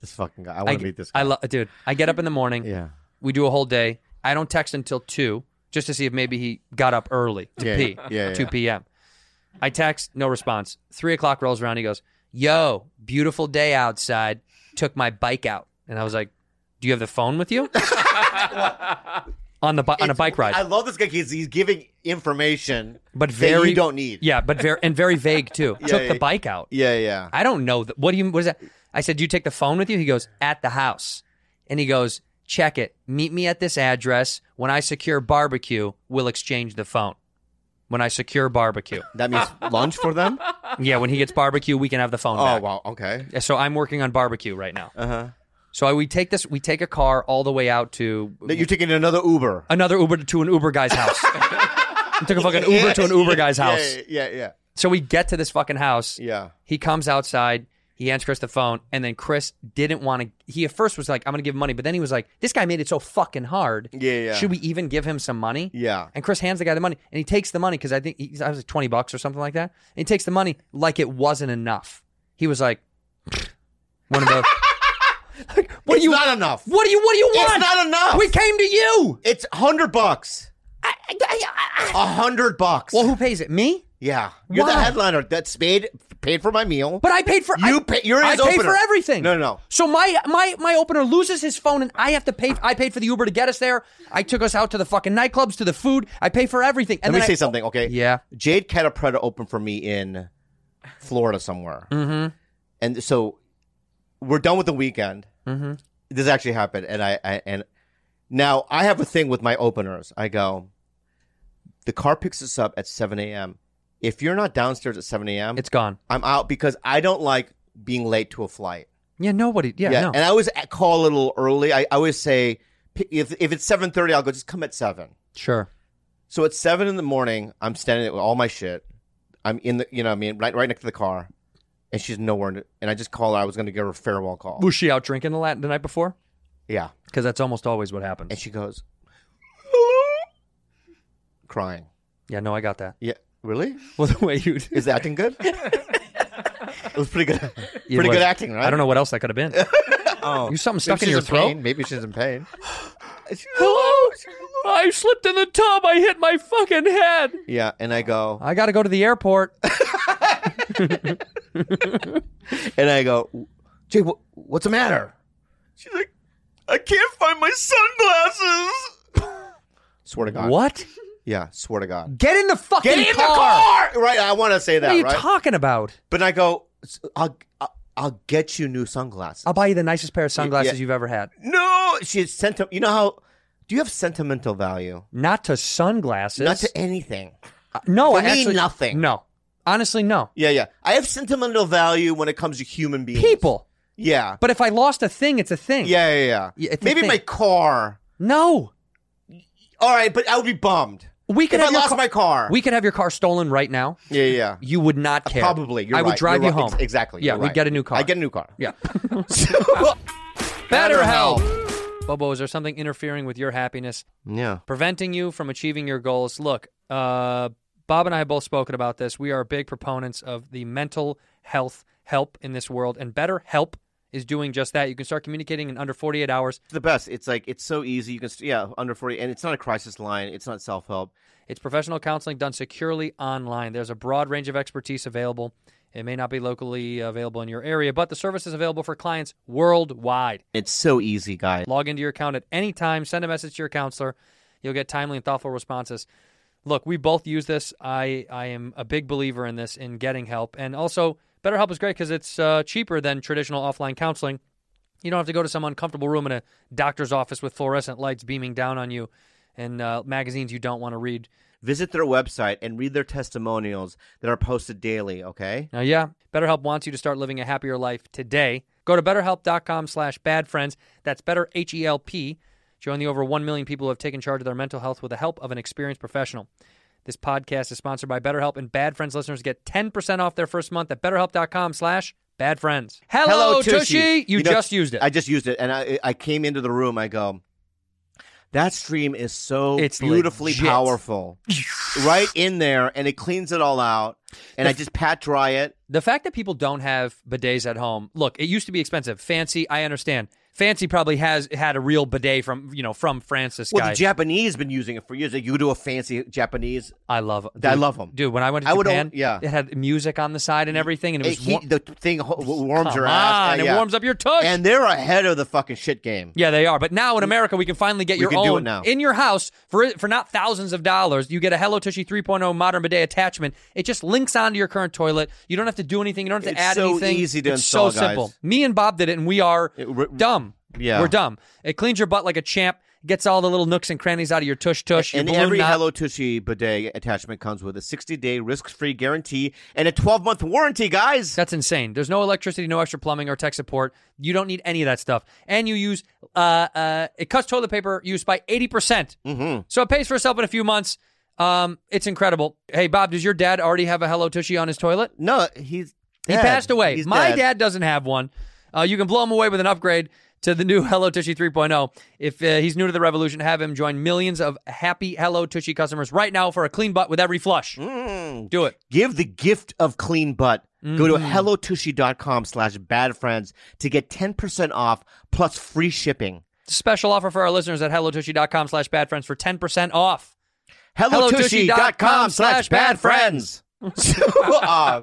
Speaker 6: this fucking guy. I want to
Speaker 4: g-
Speaker 6: meet this guy.
Speaker 4: I lo- dude. I get up in the morning.
Speaker 6: yeah.
Speaker 4: We do a whole day. I don't text until two, just to see if maybe he got up early to
Speaker 6: Yeah,
Speaker 4: pee.
Speaker 6: yeah, yeah.
Speaker 4: Two p.m. I text, no response. Three o'clock rolls around. He goes, "Yo, beautiful day outside. Took my bike out." And I was like, "Do you have the phone with
Speaker 6: (laughs)
Speaker 4: you?" on the bi- on a
Speaker 6: It's-
Speaker 4: bike ride,
Speaker 6: I love this guy because he's giving information,
Speaker 4: but
Speaker 6: that
Speaker 4: very
Speaker 6: you don't need.
Speaker 4: Yeah, but very and very vague too.
Speaker 6: Yeah,
Speaker 4: Took
Speaker 6: yeah.
Speaker 4: the bike out.
Speaker 6: Yeah, yeah.
Speaker 4: I don't know. Th- what do you? What is that? I said, do you take the phone with you? He goes, at the house, and he goes, check it. Meet me at this address. When I secure barbecue, we'll exchange the phone. when I secure
Speaker 6: (laughs)
Speaker 4: barbecue. (laughs)
Speaker 6: That means lunch for them?
Speaker 4: yeah, when he gets barbecue, we can have the phone.
Speaker 6: Oh,
Speaker 4: back.
Speaker 6: wow. Okay. Uh-huh.
Speaker 4: Yeah, So I'm working on barbecue right now. Uh huh. So I, we take this, we take a car all the way out to
Speaker 6: That You're taking another Uber.
Speaker 4: another Uber to an Uber guy's
Speaker 6: (laughs)
Speaker 4: house. I took a fucking Uber to an Uber guy's
Speaker 6: Yeah,
Speaker 4: house.
Speaker 6: Yeah, yeah,
Speaker 4: So we get to this fucking house.
Speaker 6: yeah.
Speaker 4: He comes outside. He hands Chris the phone, and then Chris didn't want to. He at first was like, "I'm gonna give him money," but then he was like, "This guy made it so fucking hard.
Speaker 6: Yeah, yeah.
Speaker 4: Should we even give him some money?"
Speaker 6: Yeah.
Speaker 4: And Chris hands the guy the money, and he takes the money because I think he's, I was like twenty bucks or something like that. And he takes the money like it wasn't enough. He was like, "Pfft, "One of those." (laughs) like, what
Speaker 6: It's
Speaker 4: do you?
Speaker 6: not enough.
Speaker 4: What do you? What do you
Speaker 6: It's
Speaker 4: want?
Speaker 6: not enough.
Speaker 4: We came to you.
Speaker 6: It's a hundred bucks.
Speaker 4: I- I- I- I-
Speaker 6: A hundred bucks.
Speaker 4: well, who pays it? Me.
Speaker 6: yeah. You're the
Speaker 4: Why?
Speaker 6: headliner. That's paid paid for my meal.
Speaker 4: But I paid for
Speaker 6: You
Speaker 4: I,
Speaker 6: pay- you're
Speaker 4: I
Speaker 6: his
Speaker 4: paid
Speaker 6: opener.
Speaker 4: for everything.
Speaker 6: No, no, no.
Speaker 4: So my my my opener loses his phone, and I have to pay. I paid for the Uber to get us there. I took us out to the fucking nightclubs, to the food. I pay for everything. And
Speaker 6: Let
Speaker 4: then
Speaker 6: me say
Speaker 4: I- oh,
Speaker 6: something, okay?
Speaker 4: Yeah.
Speaker 6: Jade Catapretta opened for me in Florida somewhere. Mm-hmm. And so we're done with the weekend. Mm-hmm. This actually happened, and I, I and now I have a thing with my openers. I go, the car picks us up at seven a.m. If you're not downstairs at seven a.m.,
Speaker 4: It's gone.
Speaker 6: I'm out because I don't like being late to a flight.
Speaker 4: Yeah. Nobody. Yeah.
Speaker 6: Yeah,
Speaker 4: no.
Speaker 6: and I always call a little early. I, I always say p- if if it's seven thirty, I'll go just come at seven.
Speaker 4: sure.
Speaker 6: So at seven in the morning, I'm standing there with all my shit. I'm in the, you know, what I mean, right, right next to the car, and she's nowhere. in- And I just call her. I was going to give her a farewell call.
Speaker 4: Was she out drinking the, la- the night before?
Speaker 6: Yeah,
Speaker 4: Because that's almost always what happens.
Speaker 6: and she goes, (laughs) crying.
Speaker 4: Yeah. No, I got that. (laughs)
Speaker 6: Yeah, really?
Speaker 4: Well, the way you.
Speaker 6: Is the acting good? it was pretty good.
Speaker 4: It
Speaker 6: pretty
Speaker 4: was-
Speaker 6: good acting, right?
Speaker 4: (laughs) I don't know what else that could have been.
Speaker 6: (laughs) Oh.
Speaker 4: You something
Speaker 6: Maybe
Speaker 4: stuck
Speaker 6: she's
Speaker 4: in your
Speaker 6: in
Speaker 4: throat.
Speaker 6: pain. Maybe she's in pain.
Speaker 4: (gasps) Hello. I slipped in the tub. I hit my fucking head.
Speaker 6: Yeah, and I go,
Speaker 4: I got to go to the
Speaker 6: (laughs)
Speaker 4: airport.
Speaker 6: and I go, Jay, wh- what's the matter? She's like, I can't find my sunglasses. (laughs) swear to God.
Speaker 4: what?
Speaker 6: Yeah, swear to God.
Speaker 4: Get in the fucking
Speaker 6: Get in the car. Right, I want to say that,
Speaker 4: What are you
Speaker 6: right?
Speaker 4: talking about?
Speaker 6: but I go, "S- I'll, I'll, I'll get you new sunglasses.
Speaker 4: I'll buy you the nicest pair of sunglasses
Speaker 6: yeah.
Speaker 4: you've ever had.
Speaker 6: no, she has senti- You know how? Do you have sentimental value?
Speaker 4: Not to sunglasses.
Speaker 6: Not to anything.
Speaker 4: Uh, no,
Speaker 6: for
Speaker 4: I
Speaker 6: me,
Speaker 4: actually-
Speaker 6: nothing.
Speaker 4: No, honestly, no.
Speaker 6: Yeah, yeah. I have sentimental value when it comes to human beings.
Speaker 4: People.
Speaker 6: Yeah.
Speaker 4: But if I lost a thing, it's a thing.
Speaker 6: Yeah, yeah, yeah.
Speaker 4: Yeah, it's a
Speaker 6: Maybe
Speaker 4: thing.
Speaker 6: my car.
Speaker 4: No,
Speaker 6: All right, but I would be bummed.
Speaker 4: we could
Speaker 6: If
Speaker 4: have
Speaker 6: I
Speaker 4: your
Speaker 6: lost
Speaker 4: car-
Speaker 6: my car.
Speaker 4: We could have your car stolen right now.
Speaker 6: Yeah, yeah.
Speaker 4: You would not care.
Speaker 6: Probably. You're
Speaker 4: I would
Speaker 6: right,
Speaker 4: drive
Speaker 6: you're
Speaker 4: you
Speaker 6: right.
Speaker 4: home.
Speaker 6: Ex- Exactly.
Speaker 4: Yeah,
Speaker 6: you're
Speaker 4: we'd
Speaker 6: right.
Speaker 4: get a new car.
Speaker 6: I get a new car.
Speaker 4: (laughs) Yeah.
Speaker 6: So-
Speaker 4: Better
Speaker 6: BetterHelp.
Speaker 4: help. Bobo, is there something interfering with your happiness,
Speaker 6: yeah.
Speaker 4: preventing you from achieving your goals? Look, uh, Bob and I have both spoken about this. We are big proponents of the mental health help in this world, and better help is doing just that. You can start communicating in under 48 hours.
Speaker 6: the best. It's like it's so easy. You can st- yeah under forty, and it's not a crisis line. It's not self help.
Speaker 4: It's professional counseling done securely online. There's a broad range of expertise available. It may not be locally available in your area, but the service is available for clients worldwide.
Speaker 6: It's so easy, guy.
Speaker 4: Log into your account at any time, send a message to your counselor. You'll get timely and thoughtful responses. Look, we both use this. I, I am a big believer in this, in getting help. And also, BetterHelp is great because it's uh, cheaper than traditional offline counseling. You don't have to go to some uncomfortable room in a doctor's office with fluorescent lights beaming down on you and uh, magazines you don't want to read.
Speaker 6: Visit their website and read their testimonials that are posted daily. Okay.
Speaker 4: Now, yeah, BetterHelp wants you to start living a happier life today. Go to betterhelp.com slash badfriends. That's better, H-E-L-P. Join the over 1 million people who have taken charge of their mental health with the help of an experienced professional. This podcast is sponsored by BetterHelp, and Bad Friends listeners get 10% off their first month at betterhelp.com slash badfriends. Hello, Tushy. You,
Speaker 6: know,
Speaker 4: just used it.
Speaker 6: I just used it, and I I came into the room. I go, that stream is so
Speaker 4: It's
Speaker 6: beautifully
Speaker 4: legit." (laughs)
Speaker 6: powerful, right in there, and it cleans it all out. And I just pat dry it.
Speaker 4: the fact that people don't have bidets at home look it used to be expensive fancy i understand fancy probably has had a real bidet from you know from francis
Speaker 6: Well,
Speaker 4: guy
Speaker 6: the Japanese been using it for years. Like you do a fancy Japanese.
Speaker 4: I love.
Speaker 6: I love 'em.
Speaker 4: dude. When I went to
Speaker 6: I would
Speaker 4: Japan,
Speaker 6: al- yeah.
Speaker 4: it had music on the side and everything, and it
Speaker 6: It
Speaker 4: was
Speaker 6: heat,
Speaker 4: warm.
Speaker 6: the thing ho- warms
Speaker 4: Come
Speaker 6: your ass.
Speaker 4: on,
Speaker 6: Uh,
Speaker 4: it
Speaker 6: yeah.
Speaker 4: warms up your tush.
Speaker 6: And they're ahead of the fucking shit game.
Speaker 4: yeah, they are. But now in America, we can finally get your
Speaker 6: can
Speaker 4: own
Speaker 6: do it now.
Speaker 4: in your house for for not thousands of dollars. You get a Hello Tushy 3.0 modern bidet attachment. It just links onto your current toilet. You don't have to do anything. You don't have to
Speaker 6: It's
Speaker 4: add
Speaker 6: so
Speaker 4: anything.
Speaker 6: easy to
Speaker 4: it's
Speaker 6: install,
Speaker 4: so
Speaker 6: guys.
Speaker 4: simple. Me and Bob did it, and we are
Speaker 6: re-
Speaker 4: dumb.
Speaker 6: Yeah.
Speaker 4: We're dumb. It cleans your butt like a champ, gets all the little nooks and crannies out of your tush tush.
Speaker 6: And
Speaker 4: your balloon
Speaker 6: every
Speaker 4: knot.
Speaker 6: Hello Tushy bidet attachment comes with a 60 day risk free guarantee and a 12 month warranty, guys.
Speaker 4: That's insane. There's no electricity, no extra plumbing or tech support. You don't need any of that stuff. And you use uh, uh, it cuts toilet paper use by 80%. percent
Speaker 6: Mm-hmm.
Speaker 4: So it pays for itself in a few months. Um, it's incredible. Hey, Bob, does your dad already have a Hello Tushy on his toilet?
Speaker 6: No, he's
Speaker 4: He
Speaker 6: dead.
Speaker 4: passed away.
Speaker 6: He's
Speaker 4: My
Speaker 6: dead.
Speaker 4: dad doesn't have one. Uh, you can blow him away with an upgrade to the new (laughs) Hello Tushy 3.0. If uh, he's new to the revolution, have him join millions of happy Hello Tushy customers right now for a clean butt with every flush.
Speaker 6: Mm.
Speaker 4: Do it.
Speaker 6: Give the gift of clean butt. Go
Speaker 4: Mm-hmm.
Speaker 6: to hellotushy.com slash bad friends to get 10% off plus free shipping.
Speaker 4: Special offer for our listeners at hellotushy.com slash badfriends for 10% off.
Speaker 6: HelloTushy.com slash bad friends. (laughs) so, uh,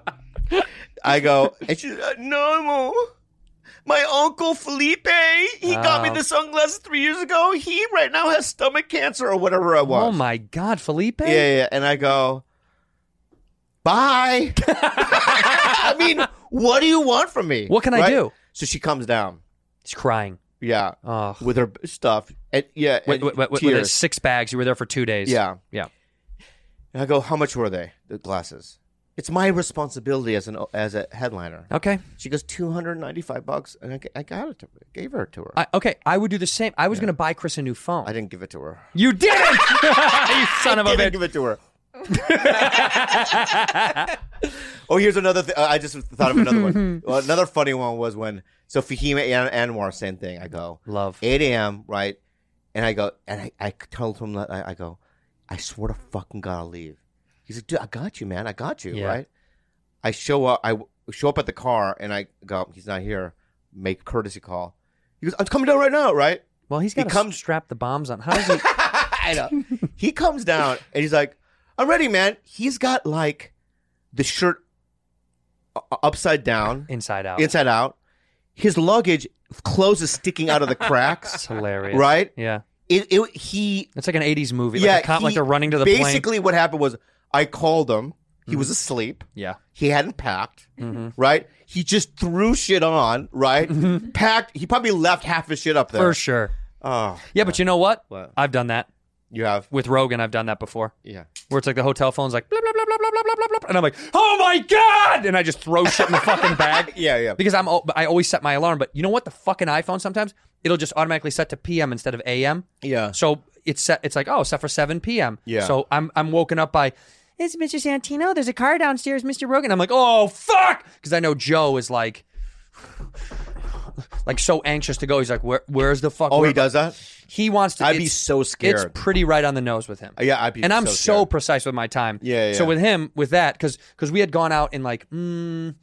Speaker 6: I go, and she's uh, normal. My uncle Felipe, he got me the sunglasses three years ago. He right now has stomach cancer or whatever it was.
Speaker 4: Oh my God, Felipe?
Speaker 6: Yeah, yeah, yeah. And I go, bye. (laughs) I mean, what do you want from me?
Speaker 4: What can I do?
Speaker 6: So she comes down.
Speaker 4: He's crying.
Speaker 6: Yeah.
Speaker 4: Oh.
Speaker 6: With her b- stuff. And yeah.
Speaker 4: Wait,
Speaker 6: and
Speaker 4: wait, wait, wait,
Speaker 6: tears.
Speaker 4: with his six bags. You were there for two days.
Speaker 6: Yeah.
Speaker 4: Yeah.
Speaker 6: And I go, how much were they? The glasses. It's my responsibility as an as a headliner.
Speaker 4: Okay.
Speaker 6: She goes, two hundred ninety five bucks, and I, g- I got it. To, gave her to her. I,
Speaker 4: I, okay. I would do the same. I was going to buy Chris a new phone.
Speaker 6: didn't give it to her.
Speaker 4: You didn't! (laughs) you son of a
Speaker 6: (laughs) I didn't
Speaker 4: bitch.
Speaker 6: give it to her. oh, here's another. thing. Uh, I just thought of another
Speaker 4: (laughs)
Speaker 6: one. Well, another funny one was when so Fahima and Anwar, same thing. I go
Speaker 4: (laughs) Love.
Speaker 6: eight a.m. right, and I go and I, I told him that I, I go, I swear to fucking god, I'll leave. He's like, dude, I got you, man. I got you,
Speaker 4: Yeah.
Speaker 6: right? I show up. I w- show up at the car, and I go, he's not here. Make courtesy call. He goes, I'm coming down right now, right?
Speaker 4: Well, he's
Speaker 6: He
Speaker 4: got to
Speaker 6: comes-
Speaker 4: strap the bombs on. How does
Speaker 6: (laughs)
Speaker 4: he?
Speaker 6: I know. He
Speaker 4: (laughs)
Speaker 6: comes down and he's like, I'm ready, man. He's got like the shirt u- upside down,
Speaker 4: Inside out.
Speaker 6: inside out. His luggage, clothes is sticking out of the
Speaker 4: It's (laughs)
Speaker 6: cracks.
Speaker 4: hilarious.
Speaker 6: Right?
Speaker 4: Yeah.
Speaker 6: It, it, he,
Speaker 4: It's like an 80s movie.
Speaker 6: yeah,
Speaker 4: Like, a cop, like
Speaker 6: he-
Speaker 4: they're running to the plane. Mm-hmm.
Speaker 6: Basically, what happened was I called him. He was asleep.
Speaker 4: Yeah.
Speaker 6: He hadn't packed,
Speaker 4: Mm-hmm.
Speaker 6: right? He just threw shit on, right? Packed. He probably left half his shit up there.
Speaker 4: Mm-hmm. For sure.
Speaker 6: Oh,
Speaker 4: Yeah, but you know what?
Speaker 6: What?
Speaker 4: I've done that.
Speaker 6: you have,
Speaker 4: With Rogan, I've done that before.
Speaker 6: yeah.
Speaker 4: Where it's like the hotel phone's like, blah, blah, blah, blah, blah, blah, blah, blah, blah. And I'm like, oh my God! And I just throw shit in the fucking
Speaker 6: (laughs)
Speaker 4: bag.
Speaker 6: Yeah, yeah.
Speaker 4: Because I'm, al- I always set my alarm, but you know what? The fucking iPhone sometimes, it'll just automatically set to PM instead of AM.
Speaker 6: Yeah.
Speaker 4: So it's set, it's like, oh, it's set for 7 PM.
Speaker 6: Yeah.
Speaker 4: So I'm, I'm woken up by, it's Mr. Santino. There's a car downstairs, Mr. Rogan. I'm like, oh, fuck! Because I know Joe is like, like so anxious to go. He's like, where, where's the fuck?
Speaker 6: Oh, he
Speaker 4: where-
Speaker 6: does that?
Speaker 4: He wants to.
Speaker 6: I'd be
Speaker 4: it's-
Speaker 6: so scared.
Speaker 4: It's pretty right on the nose with him.
Speaker 6: Yeah, I'd be
Speaker 4: And I'm
Speaker 6: so
Speaker 4: so,
Speaker 6: scared.
Speaker 4: precise with my time.
Speaker 6: Yeah, yeah,
Speaker 4: So
Speaker 6: yeah.
Speaker 4: with him, with that, because because we had gone out in like, mm,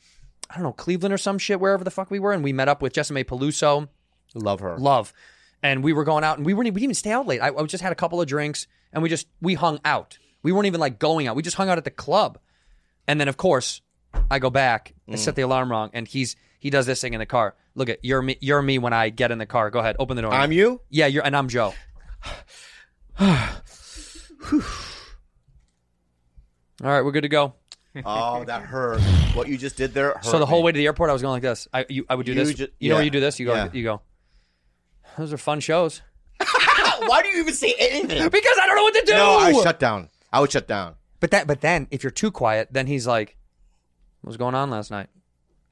Speaker 4: I don't know, Cleveland or some shit, wherever the fuck we were, and we met up with Jessamay Peluso,
Speaker 6: Love her.
Speaker 4: love, and we were going out, and we weren't we didn't even stay out late. I, I just had a couple of drinks, and we just we hung out. We weren't even like going out. We just hung out at the club, and then of course I go back and
Speaker 6: Mm.
Speaker 4: set the alarm wrong, and he's he does this thing in the car. Look at you're me, you're me when I get in the car. Go ahead, open the door.
Speaker 6: I'm you?
Speaker 4: Yeah, you're and I'm Joe. All right, we're good to go.
Speaker 6: Oh, that hurt. What you just did there hurt.
Speaker 4: So the whole
Speaker 6: me.
Speaker 4: way to the airport, I was going like this. I you, I would do
Speaker 6: You
Speaker 4: this.
Speaker 6: ju-
Speaker 4: you know,
Speaker 6: yeah.
Speaker 4: where you do this. You go.
Speaker 6: Yeah.
Speaker 4: You go. Those are fun shows.
Speaker 6: Why do you even say anything?
Speaker 4: Because I don't know what to do.
Speaker 6: No, I shut down. I would
Speaker 4: (laughs)
Speaker 6: shut down.
Speaker 4: But that. But then, if you're too quiet, then he's like, "What was going on last night?"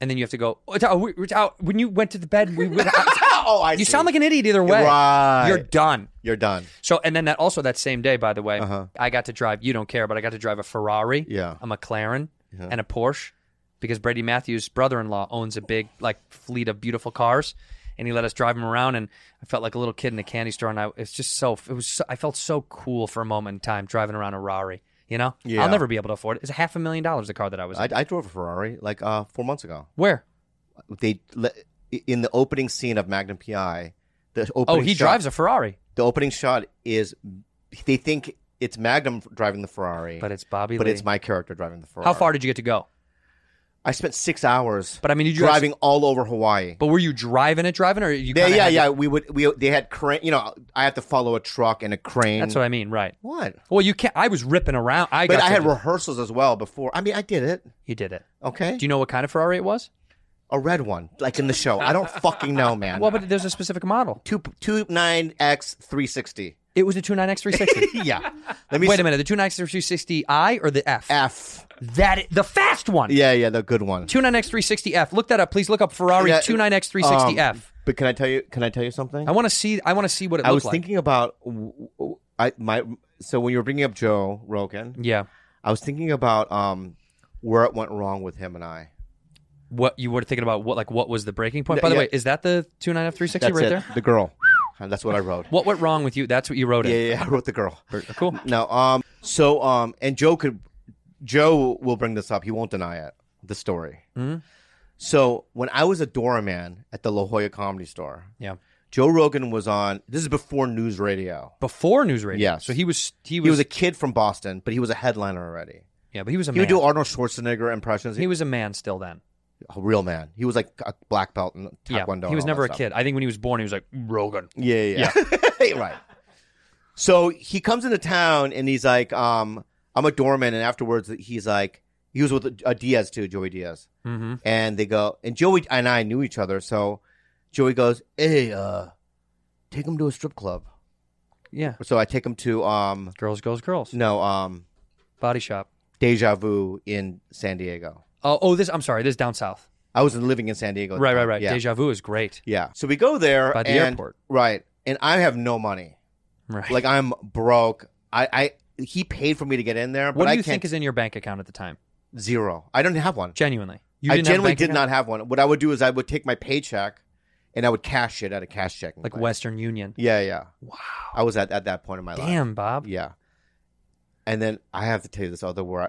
Speaker 4: And then you have to go. "Oh, oh, we- we- oh, when you went to the bed, we went out."
Speaker 6: Oh, I
Speaker 4: you sound like an idiot either way.
Speaker 6: Right.
Speaker 4: You're done.
Speaker 6: You're done.
Speaker 4: So and then that also that same day, by the way, I got to drive. You don't care, but I got to drive a Ferrari,
Speaker 6: Uh-huh. Yeah.
Speaker 4: a McLaren, and a Porsche because Brady Matthews' brother-in-law owns a big like fleet of beautiful cars, and he let us drive them around. And I felt like a little kid in a candy store, and I it's just so it was so, I felt so cool for a moment in time driving around a Ferrari. You know,
Speaker 6: Yeah.
Speaker 4: I'll never be able to afford it. It's a half a million dollars the car that I was.
Speaker 6: I,
Speaker 4: in.
Speaker 6: I drove a Ferrari like uh, four months ago.
Speaker 4: Where?
Speaker 6: They le- in the opening scene of Magnum PI. The opening
Speaker 4: Oh, he
Speaker 6: shot,
Speaker 4: drives a Ferrari,
Speaker 6: the opening shot is they think it's Magnum driving the Ferrari,
Speaker 4: but it's Bobby.
Speaker 6: but
Speaker 4: Lee.
Speaker 6: it's my character driving the Ferrari.
Speaker 4: How far did you get to go?
Speaker 6: I spent six hours.
Speaker 4: But I mean, did you guys-
Speaker 6: driving all over Hawaii.
Speaker 4: But were you driving it, driving, or you?
Speaker 6: Yeah,
Speaker 4: kinda
Speaker 6: yeah,
Speaker 4: had to-
Speaker 6: yeah. We would. We they had crane. You know, I have to follow a truck and a crane.
Speaker 4: That's what I mean, right?
Speaker 6: What?
Speaker 4: Well, you can't. I was ripping around. I
Speaker 6: But
Speaker 4: got
Speaker 6: I
Speaker 4: to
Speaker 6: had
Speaker 4: do-
Speaker 6: rehearsals as well before. I mean, I did it.
Speaker 4: You did it.
Speaker 6: Okay.
Speaker 4: Do you know what kind of Ferrari it was?
Speaker 6: A red one, like in the show. I don't fucking know,
Speaker 4: (laughs)
Speaker 6: man.
Speaker 4: Well, but there's a specific model.
Speaker 6: two two nine x three sixty.
Speaker 4: It was the 29X360.
Speaker 6: (laughs) Yeah. Let me
Speaker 4: Wait
Speaker 6: s-
Speaker 4: a minute, the 29X360i or the F?
Speaker 6: F.
Speaker 4: That i- the fast one.
Speaker 6: Yeah, yeah, the good one.
Speaker 4: 29X360F. Look that up, please. Look up Ferrari
Speaker 6: Yeah,
Speaker 4: 29X360F.
Speaker 6: um, but can I tell you? Can I tell you something?
Speaker 4: I want to see. I want to see what it
Speaker 6: I was
Speaker 4: looks like.
Speaker 6: thinking about w- w- I my so when you were bringing up Joe Rogan,
Speaker 4: yeah.
Speaker 6: I was thinking about um where it went wrong with him and I.
Speaker 4: What you were thinking about? What like what was the breaking point?
Speaker 6: Yeah,
Speaker 4: By the
Speaker 6: yeah.
Speaker 4: way, is that the 29F360
Speaker 6: That's
Speaker 4: right
Speaker 6: it.
Speaker 4: there?
Speaker 6: The girl. And that's what I wrote.
Speaker 4: What went wrong with you? That's what you wrote
Speaker 6: yeah,
Speaker 4: in.
Speaker 6: yeah, yeah, I wrote the girl.
Speaker 4: Cool.
Speaker 6: No, um, so um, and Joe could, Joe will bring this up. He won't deny it. The story.
Speaker 4: Mhm.
Speaker 6: So when I was a doorman at the La Jolla Comedy Store,
Speaker 4: Yeah.
Speaker 6: Joe Rogan was on. This is before news radio.
Speaker 4: Before news radio.
Speaker 6: Yes.
Speaker 4: So he was he
Speaker 6: He
Speaker 4: was,
Speaker 6: was, a kid from Boston, but he was a headliner already.
Speaker 4: yeah, but he was a
Speaker 6: He
Speaker 4: man.
Speaker 6: would do Arnold Schwarzenegger impressions.
Speaker 4: he was a man still then.
Speaker 6: a real man. He was like a black belt in taekwondo.
Speaker 4: Yeah.
Speaker 6: and
Speaker 4: He was
Speaker 6: all
Speaker 4: never
Speaker 6: that
Speaker 4: a
Speaker 6: stuff.
Speaker 4: kid. I think when he was born, he was like Rogan.
Speaker 6: Yeah, yeah, yeah. (laughs) right. So he comes into town and he's like, um, "I'm a doorman," and afterwards he's like, he was with a Diaz too, Joey Diaz,
Speaker 4: Mm-hmm.
Speaker 6: and they go, and Joey and I knew each other, so Joey goes, "Hey, uh, take him to a strip club."
Speaker 4: Yeah.
Speaker 6: So I take him to um,
Speaker 4: Girls, girls, girls.
Speaker 6: no, um,
Speaker 4: Body shop.
Speaker 6: Deja Vu in San Diego.
Speaker 4: Oh, oh, this. I'm sorry. This is down south.
Speaker 6: I was living in San Diego. at the
Speaker 4: Right, right,
Speaker 6: time.
Speaker 4: right.
Speaker 6: Yeah,
Speaker 4: Deja vu is great.
Speaker 6: yeah. So we go there
Speaker 4: By the
Speaker 6: and-
Speaker 4: airport.
Speaker 6: right? And I have no money.
Speaker 4: Right.
Speaker 6: like I'm broke. I, I he paid for me to get in there,
Speaker 4: (laughs)
Speaker 6: but
Speaker 4: what do
Speaker 6: I
Speaker 4: you
Speaker 6: can't
Speaker 4: think is in your bank account at the time?
Speaker 6: zero. I don't have one.
Speaker 4: Genuinely, you
Speaker 6: I
Speaker 4: didn't have a
Speaker 6: generally
Speaker 4: bank
Speaker 6: did
Speaker 4: account?
Speaker 6: not have one. What I would do is I would take my paycheck and I would cash it at a cash checking.
Speaker 4: like
Speaker 6: place.
Speaker 4: Western Union.
Speaker 6: Yeah, yeah.
Speaker 4: Wow.
Speaker 6: I was at, at that point in my life.
Speaker 4: Damn, Bob.
Speaker 6: Yeah. And then I have to tell you this other where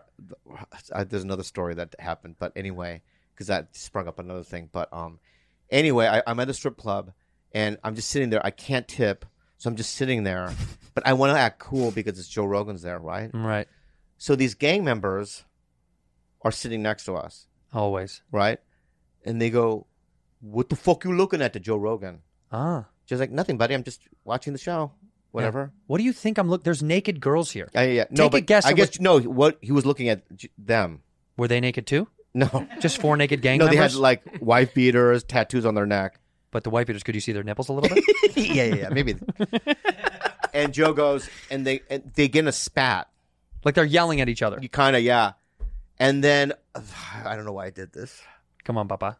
Speaker 6: I, I, there's another story that happened, but anyway, because that sprung up another thing. But um, anyway, I, I'm at the strip club and I'm just sitting there. I can't tip, so I'm just sitting there. But I want to act cool because it's Joe Rogan's there, right?
Speaker 4: Right.
Speaker 6: So these gang members are sitting next to us,
Speaker 4: Always.
Speaker 6: right? And they go, "What the fuck you looking at to Joe Rogan?"
Speaker 4: Ah.
Speaker 6: Just like nothing, buddy. I'm just watching the show. Whatever.
Speaker 4: What do you think I'm look? There's naked girls here.
Speaker 6: Yeah, yeah. yeah. No,
Speaker 4: Take a
Speaker 6: but
Speaker 4: guess
Speaker 6: I
Speaker 4: at
Speaker 6: guess
Speaker 4: what-
Speaker 6: no. What he was looking at j- them.
Speaker 4: Were they naked too?
Speaker 6: No,
Speaker 4: Just four naked (laughs) gang
Speaker 6: no. They
Speaker 4: members.
Speaker 6: had like wife beaters, tattoos on
Speaker 4: (laughs)
Speaker 6: their neck.
Speaker 4: but the white beaters, could you see their nipples a little
Speaker 6: (laughs)
Speaker 4: bit?
Speaker 6: yeah, yeah, yeah. Maybe. (laughs) and Joe goes, and they and they get in a spat.
Speaker 4: like they're yelling at each other.
Speaker 6: You kind of yeah. And then (sighs) I don't know why I did this.
Speaker 4: Come on, Papa.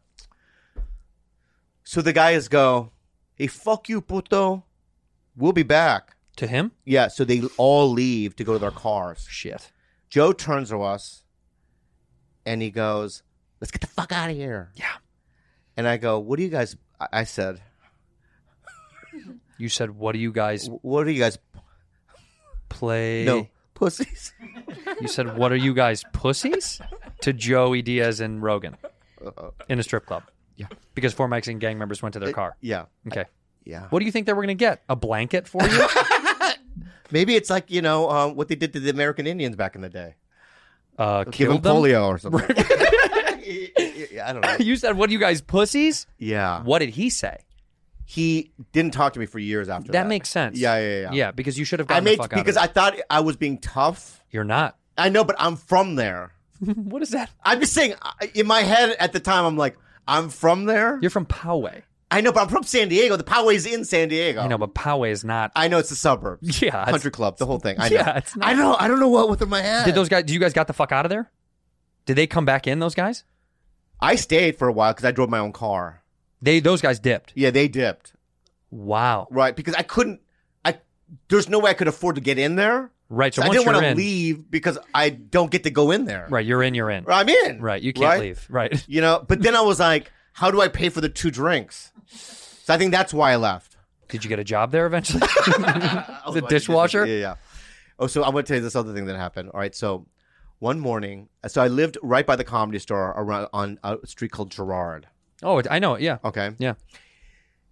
Speaker 6: So the guys go, "Hey, fuck you, puto. We'll be back."
Speaker 4: To him?
Speaker 6: Yeah. So they all leave to go to their cars.
Speaker 4: Shit.
Speaker 6: Joe turns to us, and he goes, "Let's get the fuck out of here."
Speaker 4: Yeah.
Speaker 6: And I go, "What do you guys?" I- I said,
Speaker 4: You said, "What do you guys
Speaker 6: "What are you guys?"
Speaker 4: play?"
Speaker 6: No, pussies.
Speaker 4: You said, "What are you guys pussies?" to Joey Diaz and Rogan in a strip club. Yeah. Because four Mexican gang members went to their (laughs) car.
Speaker 6: Yeah.
Speaker 4: Okay.
Speaker 6: Yeah.
Speaker 4: What do you think they were going to get? A blanket for you?
Speaker 6: (laughs) Maybe it's like you know um, what they did to the American Indians back in the day.
Speaker 4: Uh,
Speaker 6: Give them
Speaker 4: killed them?
Speaker 6: polio or something. (laughs) yeah, I don't know.
Speaker 4: (laughs) You said, "What are you guys pussies?"
Speaker 6: Yeah.
Speaker 4: What did he say?
Speaker 6: He didn't talk to me for years after
Speaker 4: That,
Speaker 6: that.
Speaker 4: makes sense.
Speaker 6: Yeah, yeah, yeah.
Speaker 4: Yeah, because you should have
Speaker 6: I
Speaker 4: gotten the
Speaker 6: made
Speaker 4: fuck out
Speaker 6: because
Speaker 4: of
Speaker 6: I
Speaker 4: it.
Speaker 6: thought I was being tough.
Speaker 4: You're not.
Speaker 6: (laughs) I know, but I'm from there.
Speaker 4: what is that?
Speaker 6: I'm just saying. I- In my head at the time, I'm like, I'm from there.
Speaker 4: You're from Poway.
Speaker 6: I know, but I'm from San Diego. The Poway's in San Diego.
Speaker 4: I know, but Poway is not.
Speaker 6: I know it's the
Speaker 4: (laughs)
Speaker 6: suburbs.
Speaker 4: Yeah, it's-
Speaker 6: country club, the whole thing. I
Speaker 4: (laughs)
Speaker 6: know.
Speaker 4: Yeah, it's not-
Speaker 6: I know. I don't know what went through my head.
Speaker 4: Did those guys? Do you guys got the fuck out of there? Did they come back in? Those guys?
Speaker 6: I stayed for a while because I drove my own car.
Speaker 4: They those guys dipped.
Speaker 6: Yeah, they dipped.
Speaker 4: Wow.
Speaker 6: Right, because I couldn't. I there's no way I could afford to get in there.
Speaker 4: Right. So,
Speaker 6: I
Speaker 4: once
Speaker 6: didn't
Speaker 4: you're
Speaker 6: wanna
Speaker 4: in,
Speaker 6: leave because I don't get to go in there.
Speaker 4: right? You're in. You're in.
Speaker 6: I'm in.
Speaker 4: Right. You can't
Speaker 6: right?
Speaker 4: leave. Right. (laughs)
Speaker 6: You know. But then I was like, how do I pay for the two drinks? So I think that's why I left.
Speaker 4: Did you get a job there
Speaker 6: (laughs)
Speaker 4: eventually? (laughs)
Speaker 6: Oh,
Speaker 4: the
Speaker 6: I did this-
Speaker 4: dishwasher.
Speaker 6: Yeah, yeah. Oh, so I'm going to tell you this other thing that happened. All right, so one morning, so I lived right by the comedy store around on a street called Gerard.
Speaker 4: Oh, I know. it, Yeah.
Speaker 6: Okay,
Speaker 4: Yeah.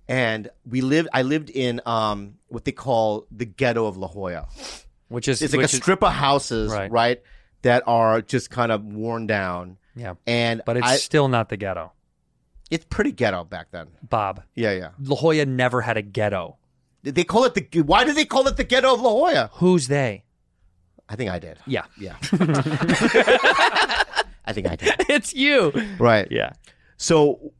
Speaker 6: and we lived. I lived in um what they call the ghetto of La Jolla.
Speaker 4: Which is
Speaker 6: It's like a
Speaker 4: which is-
Speaker 6: strip of houses,
Speaker 4: Right.
Speaker 6: right. that are just kind of worn down.
Speaker 4: Yeah.
Speaker 6: And
Speaker 4: But it's
Speaker 6: I-
Speaker 4: still not the ghetto,
Speaker 6: it's pretty ghetto back then.
Speaker 4: Bob.
Speaker 6: Yeah, yeah.
Speaker 4: La Jolla never had a ghetto.
Speaker 6: They call it the. Why do they call it the ghetto of La Jolla?
Speaker 4: Who's they?
Speaker 6: I think I did.
Speaker 4: Yeah.
Speaker 6: Yeah, I think I did.
Speaker 4: (laughs) it's you.
Speaker 6: Right.
Speaker 4: Yeah.
Speaker 6: So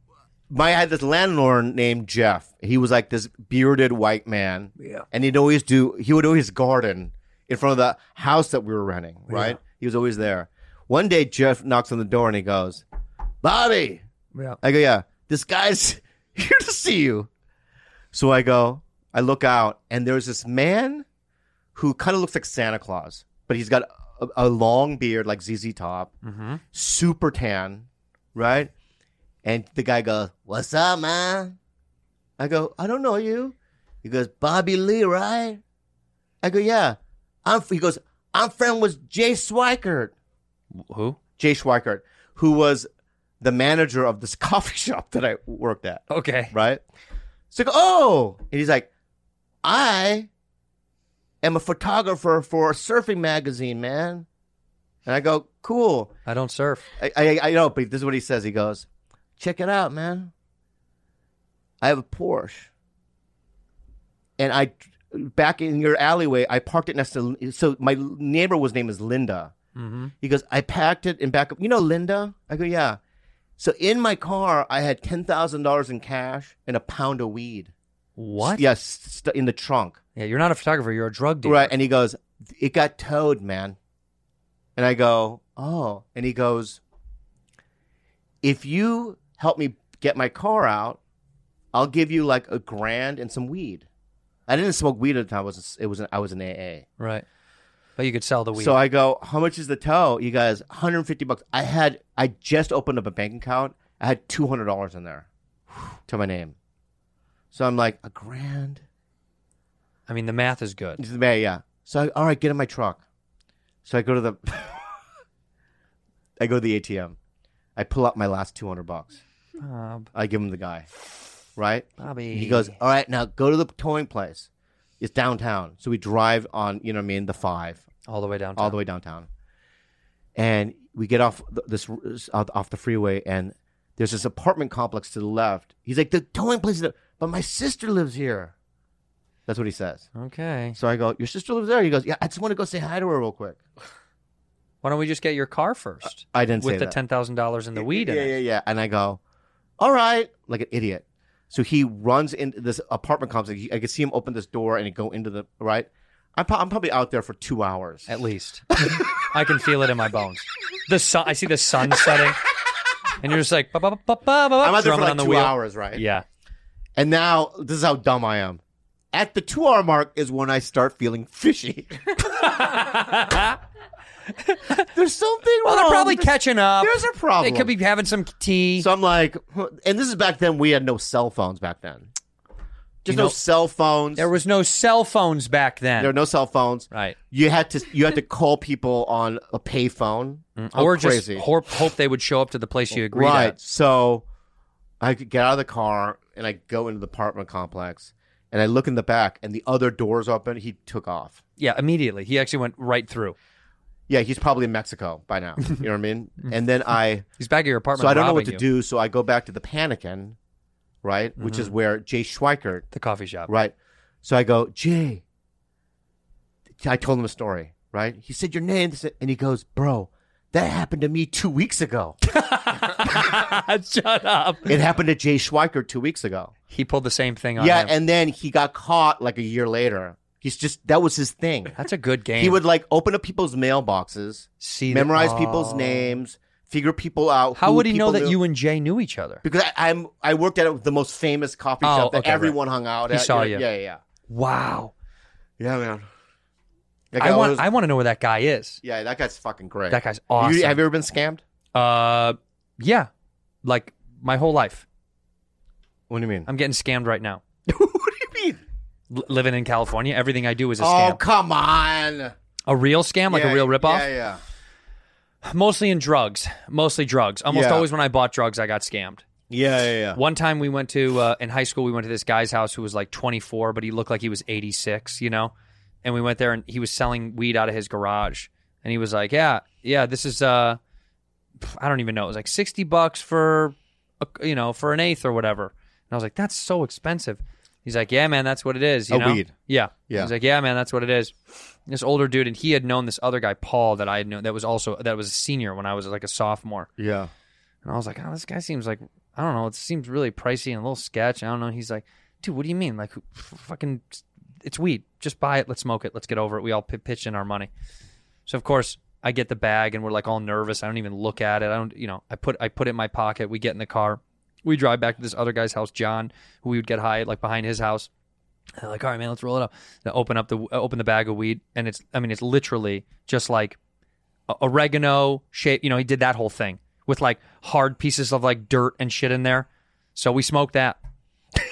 Speaker 6: my I had this landlord named Jeff. He was like this bearded white man. Yeah. And he'd always do he would always garden in front of the house that we were renting, right? He was always there. One day Jeff knocks on the door and he goes, Bobby.
Speaker 4: Yeah.
Speaker 6: I go, Yeah, this guy's (laughs) here to see you. So I go, I look out, and there's this man who kind of looks like Santa Claus, but he's got a, a long beard like ZZ Top,
Speaker 4: Mm-hmm.
Speaker 6: super tan, right? And the guy goes, What's up, man? I go, I don't know you. He goes, Bobby Lee, right? I go, Yeah. I'm, he goes, I'm friend with Jay Swikert.
Speaker 4: Who?
Speaker 6: Jay Schweikert, who was the manager of this (laughs) coffee shop that I worked at,
Speaker 4: Okay.
Speaker 6: right? So I go, oh, and he's like, I am a photographer for a surfing magazine, man. And I go, cool.
Speaker 4: I don't surf.
Speaker 6: I, I, I know, but this is what he says. He goes, check it out, man. I have a Porsche, and I back in your alleyway. I parked it next to. So my neighbor was name is Linda.
Speaker 4: Mm-hmm.
Speaker 6: He goes, I packed it in back up. You know Linda? I go, yeah. So in my car, I had ten thousand dollars in cash and a pound of weed.
Speaker 4: What?
Speaker 6: Yes, st- in the trunk.
Speaker 4: Yeah, you're not a photographer. You're a drug dealer.
Speaker 6: Right. And he goes, It got towed, man. And I go, Oh. And he goes, If you help me get my car out, I'll give you like a grand and some weed. I didn't smoke weed at the time. I was, it was an, I was an AA.
Speaker 4: Right. But you could sell the weed.
Speaker 6: So I go, How much is the tow? You guys, 150 bucks. I had, I just opened up a bank account. I had $200 in there (sighs) to my name. So I'm like, A grand?
Speaker 4: I mean, the math is good.
Speaker 6: He's the mayor, yeah. So I, all right, get in my truck. So I go to the, (laughs) I go to the ATM. I pull out my last two hundred bucks.
Speaker 4: Bob,
Speaker 6: I give him the guy, right?
Speaker 4: Bobby.
Speaker 6: He goes, all right, now go to the towing place. It's downtown, so we drive on, you know what I mean, the five
Speaker 4: all the way down.
Speaker 6: all the way downtown. And we get off th- this out- off the freeway, and there's this apartment complex to the left. He's like, the towing place, is there, but my sister lives here. That's what he says.
Speaker 4: Okay.
Speaker 6: So I go, Your sister lives there? He goes, Yeah, I just want to go say hi to her real quick.
Speaker 4: Why don't we just get your car first?
Speaker 6: I didn't
Speaker 4: with
Speaker 6: say
Speaker 4: the
Speaker 6: that.
Speaker 4: ten thousand dollars and the weed
Speaker 6: yeah,
Speaker 4: in it.
Speaker 6: yeah, yeah. And I go, All right, like an idiot. So he runs into this apartment complex. He- I could see him open this door and go into the right. I'm, pro- I'm probably out there for two hours.
Speaker 4: At least. I can feel it in my bones. The sun. I see the sun setting, and you're just like, ba ba ba ba ba
Speaker 6: I'm
Speaker 4: ba,
Speaker 6: out there for
Speaker 4: drumming
Speaker 6: like
Speaker 4: on the
Speaker 6: two
Speaker 4: wheel.
Speaker 6: hours, right?
Speaker 4: Yeah.
Speaker 6: And now this is how dumb I am. At the two hour mark is when I start feeling (laughs) fishy. There's something
Speaker 4: Well,
Speaker 6: wrong.
Speaker 4: they're probably
Speaker 6: Oh, There's-
Speaker 4: catching up.
Speaker 6: There's a problem.
Speaker 4: They could be having some tea.
Speaker 6: So I'm like, huh, and this is back then. We had no cell phones back then. Just
Speaker 4: You
Speaker 6: no
Speaker 4: know,
Speaker 6: cell phones.
Speaker 4: there was no cell phones back then.
Speaker 6: there were no cell phones.
Speaker 4: Right.
Speaker 6: You had to you had to call people on a payphone How
Speaker 4: Mm, or
Speaker 6: Oh, crazy.
Speaker 4: just hope, hope they would show up to the place you agreed
Speaker 6: right.
Speaker 4: at.
Speaker 6: So I could get out of the car and I go into the apartment complex and I look in the back and the other doors open. He took off.
Speaker 4: Yeah, immediately. He actually went right through.
Speaker 6: Yeah, he's probably in Mexico
Speaker 4: (laughs)
Speaker 6: by now. You know what I mean? And then I
Speaker 4: He's back at your Mm. apartment.
Speaker 6: so I don't know
Speaker 4: robbing
Speaker 6: what to
Speaker 4: you. Mm-hmm.
Speaker 6: do. So I go back to the Panican, right, which is where Jay Schweikert
Speaker 4: The coffee shop.
Speaker 6: Right. So I go, Jay. I told him a story, right? He said your name, this- and he goes, Bro, that happened to me two weeks ago.
Speaker 4: (laughs) Shut up. (laughs)
Speaker 6: it happened to Jay Schweiker two weeks ago.
Speaker 4: He pulled the same thing on
Speaker 6: yeah,
Speaker 4: him.
Speaker 6: and then he got caught like a year later. He's just, that was his thing.
Speaker 4: That's a good game.
Speaker 6: He would like open up people's mailboxes,
Speaker 4: See the-
Speaker 6: memorize
Speaker 4: Oh.
Speaker 6: people's names, figure people out.
Speaker 4: How
Speaker 6: who
Speaker 4: would he know
Speaker 6: people
Speaker 4: that
Speaker 6: knew.
Speaker 4: you and Jay knew each other?
Speaker 6: Because I, I'm, I worked at the most famous coffee
Speaker 4: Oh,
Speaker 6: shop that
Speaker 4: okay, right.
Speaker 6: everyone hung out
Speaker 4: He
Speaker 6: at.
Speaker 4: saw
Speaker 6: yeah,
Speaker 4: you.
Speaker 6: Yeah, yeah,
Speaker 4: Wow.
Speaker 6: yeah, man. Like,
Speaker 4: I want
Speaker 6: was-
Speaker 4: I want to know where that guy is.
Speaker 6: Yeah, that guy's fucking great.
Speaker 4: That guy's awesome.
Speaker 6: You, have you ever been scammed?
Speaker 4: Uh yeah. Like my whole life.
Speaker 6: What
Speaker 4: (laughs)
Speaker 6: do you mean?
Speaker 4: I'm getting scammed right now.
Speaker 6: what do you mean?
Speaker 4: L- living in California, everything I do is a
Speaker 6: Oh,
Speaker 4: scam.
Speaker 6: come on.
Speaker 4: A real scam, like
Speaker 6: Yeah,
Speaker 4: a real ripoff?
Speaker 6: Yeah, yeah.
Speaker 4: Mostly in drugs. Mostly drugs. Almost
Speaker 6: Yeah.
Speaker 4: always when I bought drugs, I got scammed.
Speaker 6: Yeah, yeah, yeah.
Speaker 4: One time we went to uh, in high school, we went to this guy's house who was like 24, but he looked like he was 86, you know. And we went there, and he was selling weed out of his garage, and he was like, "Yeah, yeah, this is uh, pff, I don't even know. It was like 60 bucks for, a, you know, for an eighth or whatever." And I was like, "That's so expensive." He's like, "Yeah, man, that's what it is." You
Speaker 6: A
Speaker 4: know?
Speaker 6: weed.
Speaker 4: Yeah.
Speaker 6: Yeah.
Speaker 4: He's like, "Yeah, man, that's what it is." This older dude, and he had known this other guy, Paul, that I had known that was also that was a senior when I was like a sophomore.
Speaker 6: Yeah.
Speaker 4: And I was like, oh, this guy seems like I don't know. It seems really pricey and a little sketch. I don't know. He's like, dude, what do you mean? Like, who- f- fucking, it's weed. Just buy it. Let's smoke it. Let's get over it. We all p- pitch in our money. So of course I get the bag and we're like all nervous. I don't even look at it. I don't, you know, I put I put it in my pocket. We get in the car. We drive back to this other guy's house, John, who we would get high like behind his house. And they're like, all right, man, let's roll it up. They open up the uh, open the bag of weed, and it's I mean, it's literally just like o- oregano shape. You know, he did that whole thing with like hard pieces of like dirt and shit in there. So we smoked
Speaker 6: (laughs)
Speaker 4: that.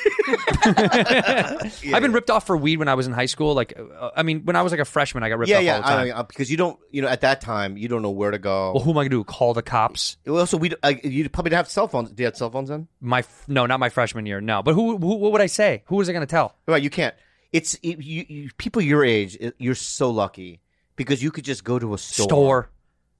Speaker 4: (laughs) I've been ripped off for weed when I was in high school. Like, uh, I mean, when I was like a freshman, I got ripped
Speaker 6: yeah,
Speaker 4: off
Speaker 6: yeah,
Speaker 4: all the time. Oh.
Speaker 6: I- I- because you don't, you know, at that time you don't know where to go.
Speaker 4: Well, who am I going to do? Call the cops?
Speaker 6: Well, also, we d- uh, you probably didn't have cell phones. Do you have cell phones then?
Speaker 4: My f- no, not my freshman year. No, but who? who what would I say? Who was I going to tell?
Speaker 6: Right, you can't. It's it, you, you, people your age. It, you're so lucky because you could just go to a store.
Speaker 4: Store.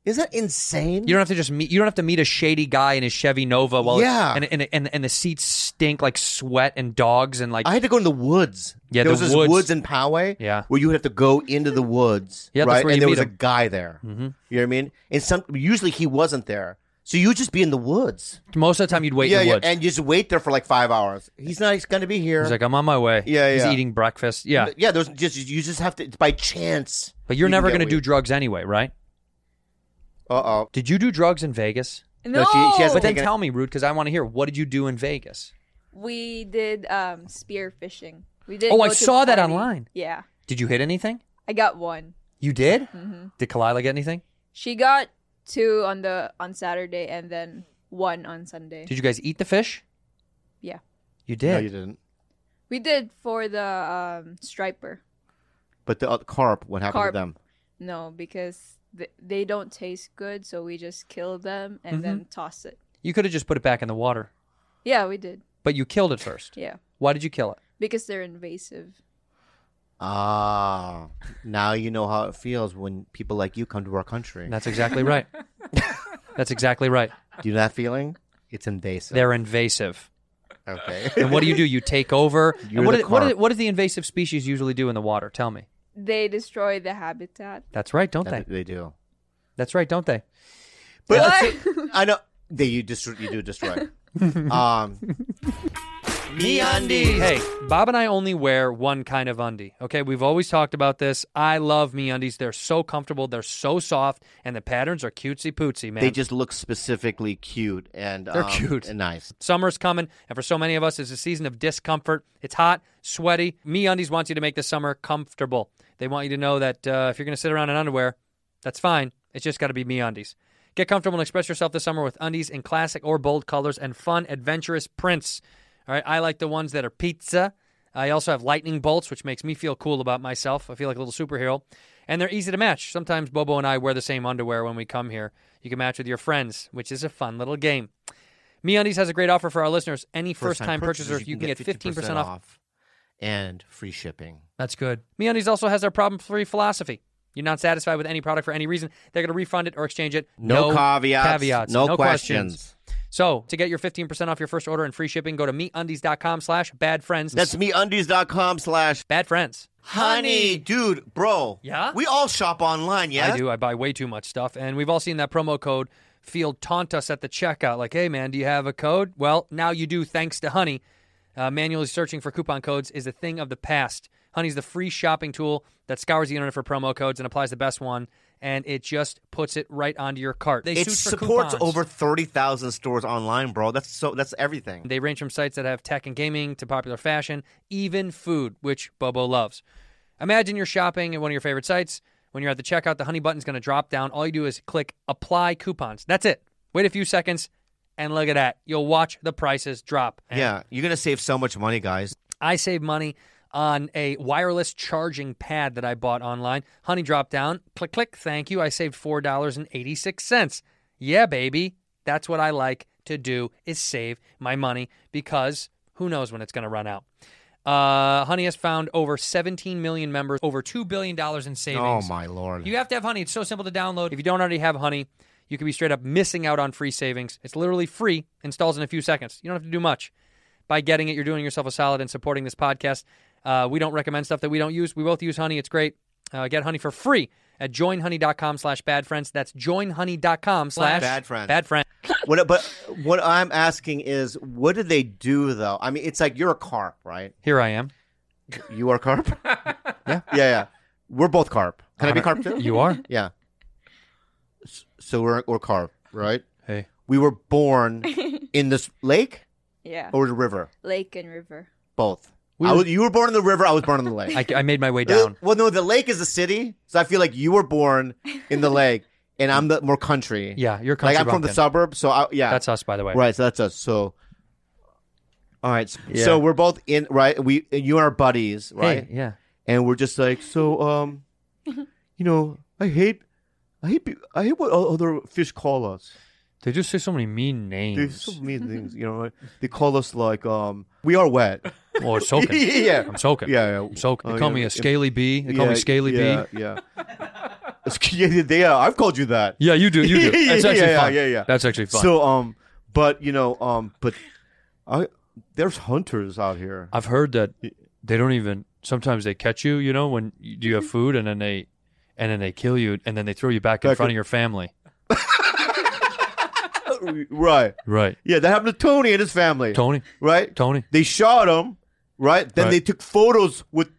Speaker 6: Is that insane?
Speaker 4: You don't have to just meet. You don't have to meet a shady guy in his Chevy Nova. While
Speaker 6: Yeah.
Speaker 4: and, and and and the seats stink like sweat and dogs and like
Speaker 6: I had to go in the woods.
Speaker 4: Yeah,
Speaker 6: there
Speaker 4: the
Speaker 6: was this
Speaker 4: woods.
Speaker 6: in Poway.
Speaker 4: Yeah.
Speaker 6: where you would have to go into the woods.
Speaker 4: Yeah, that's
Speaker 6: right,
Speaker 4: where
Speaker 6: and
Speaker 4: you
Speaker 6: there
Speaker 4: meet
Speaker 6: was a
Speaker 4: him. Mm-hmm.
Speaker 6: guy there. You know what I mean? And some usually he wasn't there, so you would just be in the woods.
Speaker 4: most of the time you'd wait
Speaker 6: yeah,
Speaker 4: in the
Speaker 6: yeah,
Speaker 4: woods.
Speaker 6: and you just wait there for like five hours. He's not. He's going to be here.
Speaker 4: He's like, I'm on my way.
Speaker 6: Yeah,
Speaker 4: He's
Speaker 6: yeah.
Speaker 4: eating breakfast. Yeah,
Speaker 6: yeah, there's just you just have to it's by chance.
Speaker 4: but you're
Speaker 6: you can
Speaker 4: never
Speaker 6: get
Speaker 4: going to
Speaker 6: weed.
Speaker 4: do drugs anyway, right?
Speaker 6: Uh oh.
Speaker 4: Did you do drugs in Vegas?
Speaker 3: No,
Speaker 6: she- she has-
Speaker 4: But then
Speaker 6: Taking it-
Speaker 4: tell me, Rude, because I want to hear. What did you do in Vegas?
Speaker 3: we did um, spear fishing. We did.
Speaker 4: Oh, I saw that online.
Speaker 3: Yeah,
Speaker 4: Did you hit anything?
Speaker 3: I got one.
Speaker 4: You did. Did Kalila get anything?
Speaker 3: She got two on the on Saturday and then one on Sunday.
Speaker 4: Did you guys eat the fish?
Speaker 3: Yeah.
Speaker 4: You did.
Speaker 6: No, you didn't.
Speaker 3: We did for the um, striper.
Speaker 6: But the uh, carp, what happened
Speaker 3: Carp.
Speaker 6: to them?
Speaker 3: No, because th- they don't taste good, so we just kill them and
Speaker 4: Mm-hmm.
Speaker 3: then toss it.
Speaker 4: You could have just put it back in the water,
Speaker 3: Yeah, we did.
Speaker 4: but you killed it first.
Speaker 3: Yeah,
Speaker 4: Why did you kill it?
Speaker 3: because they're invasive.
Speaker 6: Ah, now you know how it feels when people like you come to our country.
Speaker 4: And that's exactly
Speaker 6: (laughs)
Speaker 4: right. that's exactly right.
Speaker 6: Do you know that feeling? It's invasive.
Speaker 4: They're invasive.
Speaker 6: okay. (laughs)
Speaker 4: And what do you do? You take over. And
Speaker 6: You're
Speaker 4: what,
Speaker 6: the
Speaker 4: do- what,
Speaker 6: carp.
Speaker 4: do- what do the invasive species usually do in the water? Tell me.
Speaker 3: They destroy the habitat.
Speaker 4: That's right, don't
Speaker 6: That-
Speaker 4: they?
Speaker 6: they do.
Speaker 4: That's right, don't they?
Speaker 6: But that's- (laughs) I know they you destroy. You do (laughs) destroy. um, me undies.
Speaker 4: Hey, Bob and I only wear one kind of undie. Okay, we've always talked about this. I love me undies. They're so comfortable. They're so soft, and the patterns are cutesy pootsy, man.
Speaker 6: They just look specifically cute and
Speaker 4: They're
Speaker 6: um,
Speaker 4: cute.
Speaker 6: and nice.
Speaker 4: Summer's coming, and for so many of us, it's a season of discomfort. It's hot, sweaty. Me Undies wants you to make the summer comfortable. They want you to know that uh, if you're going to sit around in underwear, that's fine. It's just got to be Me Undies. Get comfortable and express yourself this summer with undies in classic or bold colors and fun, adventurous prints. All right, I like the ones that are pizza. I also have lightning bolts, which makes me feel cool about myself. I feel like a little superhero. And they're easy to match. Sometimes Bobo and I wear the same underwear when we come here. You can match with your friends, which is a fun little game. MeUndies has a great offer for our listeners. Any first-time purchaser, you can get 15% off.
Speaker 6: and free shipping.
Speaker 4: That's good. MeUndies also has their problem-free philosophy. You're not satisfied with any product for any reason, they're going to refund it or exchange it.
Speaker 6: No, caveats.
Speaker 4: caveats,
Speaker 6: No,
Speaker 4: questions. So, to get your 15% off your first order and free shipping, go to MeUndies.com slash badfriends.
Speaker 6: That's meundies.com slash
Speaker 4: Bad friends.
Speaker 6: honey. Dude, bro.
Speaker 4: Yeah?
Speaker 6: We all shop online, yeah?
Speaker 4: I do. I buy way too much stuff. And we've all seen that promo code field taunt us at the checkout. Like, hey, man, do you have a code? Well, now you do thanks to Honey. Uh, manually searching for coupon codes is a thing of the past. Honey's the free shopping tool that scours the internet for promo codes and applies the best one, and it just puts it right onto your cart. They
Speaker 6: It
Speaker 4: search for
Speaker 6: supports
Speaker 4: coupons.
Speaker 6: over 30,000 stores online, bro. That's so that's everything.
Speaker 4: They range from sites that have tech and gaming to popular fashion, even food, which Bobo loves. Imagine you're shopping at one of your favorite sites. When you're at the checkout, the honey button's going to drop down. All you do is click apply coupons. That's it. Wait a few seconds, and look at that. You'll watch the prices drop. And
Speaker 6: Yeah, you're going to save so much money, guys.
Speaker 4: I save money on a wireless charging pad that I bought online. Honey drop down, click, click, thank you. I saved $4.86. Yeah, baby. That's what I like to do is save my money because who knows when it's going to run out. Uh, Honey has found over 17 million members, over $2 billion in
Speaker 6: Oh
Speaker 4: savings.
Speaker 6: my lord.
Speaker 4: You have to have Honey. It's so simple to download. If you don't already have Honey, you could be straight up missing out on free savings. It's literally free, installs in a few seconds. You don't have to do much. By getting it, you're doing yourself a solid and supporting this podcast. Uh, we don't recommend stuff that we don't use. We both use Honey. It's great. Uh, get honey for free at joinhoney.com slash bad friends. That's joinhoney.com slash
Speaker 6: Bad friends.
Speaker 4: Bad friends.
Speaker 6: What, but what I'm asking is, what did they do though? I mean, it's like you're a carp, right?
Speaker 4: Here I am.
Speaker 6: You are carp.
Speaker 4: (laughs)
Speaker 6: yeah, yeah, yeah. We're both carp. Can I be carp too?
Speaker 4: You are?
Speaker 6: Yeah. S- So we're we're carp, right?
Speaker 4: Hey.
Speaker 6: We were born in this lake
Speaker 3: Yeah.
Speaker 6: or the river,
Speaker 3: Lake and river.
Speaker 6: both.
Speaker 4: We
Speaker 6: I
Speaker 4: were-
Speaker 6: was, you were born in the river. I was born in the lake.
Speaker 4: (laughs)
Speaker 6: Uh,
Speaker 4: I, I made my way down.
Speaker 6: Well, no, the lake is a city, so I feel like you were born in the lake, and I'm the more country.
Speaker 4: Yeah, you're country
Speaker 6: like I'm from the
Speaker 4: bumpkin.
Speaker 6: suburbs, so I, yeah,
Speaker 4: That's us, by the way.
Speaker 6: Right, so that's us. So, all right. So,
Speaker 4: Yeah.
Speaker 6: so we're both in, right? We you and our buddies,
Speaker 4: Hey,
Speaker 6: right?
Speaker 4: yeah.
Speaker 6: And we're just like, so, um, you know, I hate, I hate, pe- I hate what o- other fish call us.
Speaker 4: They just say so many mean
Speaker 6: They
Speaker 4: names.
Speaker 6: so mean things, you know. Right? They call us like, um, we are wet.
Speaker 4: Or (laughs) soaking.
Speaker 6: (laughs) yeah,
Speaker 4: I'm soaking.
Speaker 6: yeah, yeah.
Speaker 4: I'm soaking. They
Speaker 6: Oh,
Speaker 4: call
Speaker 6: yeah,
Speaker 4: me
Speaker 6: yeah.
Speaker 4: a scaly bee. They call me scaly
Speaker 6: yeah,
Speaker 4: bee.
Speaker 6: Yeah, yeah. they, yeah, I've called you that.
Speaker 4: (laughs) Yeah, you do. You do. That's
Speaker 6: Yeah,
Speaker 4: actually
Speaker 6: yeah,
Speaker 4: fun.
Speaker 6: yeah, yeah.
Speaker 4: That's actually fun.
Speaker 6: So, um, but you know, um, but I there's hunters out here.
Speaker 4: I've heard that they don't even. Sometimes they catch you, you know, when you, do you have food, and then they, and then they kill you, and then they throw you back, in
Speaker 6: Back
Speaker 4: front
Speaker 6: in-
Speaker 4: of your family.
Speaker 6: right.
Speaker 4: Right,
Speaker 6: Yeah, that happened to Tony and his family.
Speaker 4: Tony.
Speaker 6: Right?
Speaker 4: Tony.
Speaker 6: They shot him, right? Then
Speaker 4: Right.
Speaker 6: they took photos with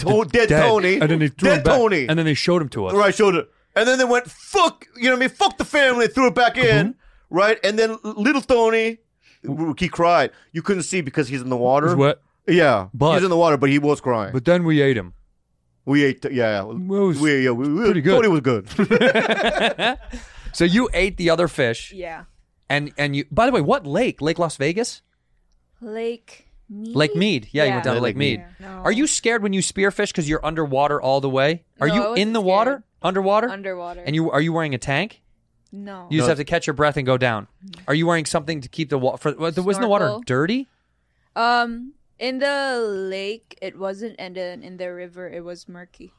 Speaker 6: to- Oh, dead,
Speaker 4: Dead.
Speaker 6: Tony.
Speaker 4: and then they threw
Speaker 6: dead
Speaker 4: him back,
Speaker 6: Tony.
Speaker 4: and then they showed him to us.
Speaker 6: right shoulder. And then they went, fuck, you know what I mean? Fuck the family, threw it back in, right? And then little Tony, he cried. You couldn't see because he's in the water.
Speaker 4: He's wet.
Speaker 6: Yeah,
Speaker 4: But-
Speaker 6: he's in the water, but he was crying.
Speaker 4: But then we ate him.
Speaker 6: we ate, yeah, yeah.
Speaker 4: was
Speaker 6: we, yeah, we, we-
Speaker 4: pretty good.
Speaker 6: Tony was good.
Speaker 4: (laughs) So you ate the other fish,
Speaker 3: Yeah.
Speaker 4: and and you. By the way, what lake? Lake Las Vegas.
Speaker 3: Lake Mead.
Speaker 4: Lake Mead. Yeah, you went down to
Speaker 6: Yeah,
Speaker 4: Lake
Speaker 6: Lake
Speaker 4: Mead.
Speaker 6: Mead.
Speaker 3: No.
Speaker 4: Are you scared when you spearfish because you're underwater all the way? Are
Speaker 3: No, I
Speaker 4: you
Speaker 3: wasn't
Speaker 4: in the
Speaker 3: scared.
Speaker 4: water, underwater,
Speaker 3: underwater?
Speaker 4: and you are you wearing a tank?
Speaker 3: no.
Speaker 4: You just have to catch your breath and go down. Are you wearing something to keep the water? Wasn't the water
Speaker 3: Snorkel.
Speaker 4: dirty?
Speaker 3: um, in the lake it wasn't, and then in the river it was murky.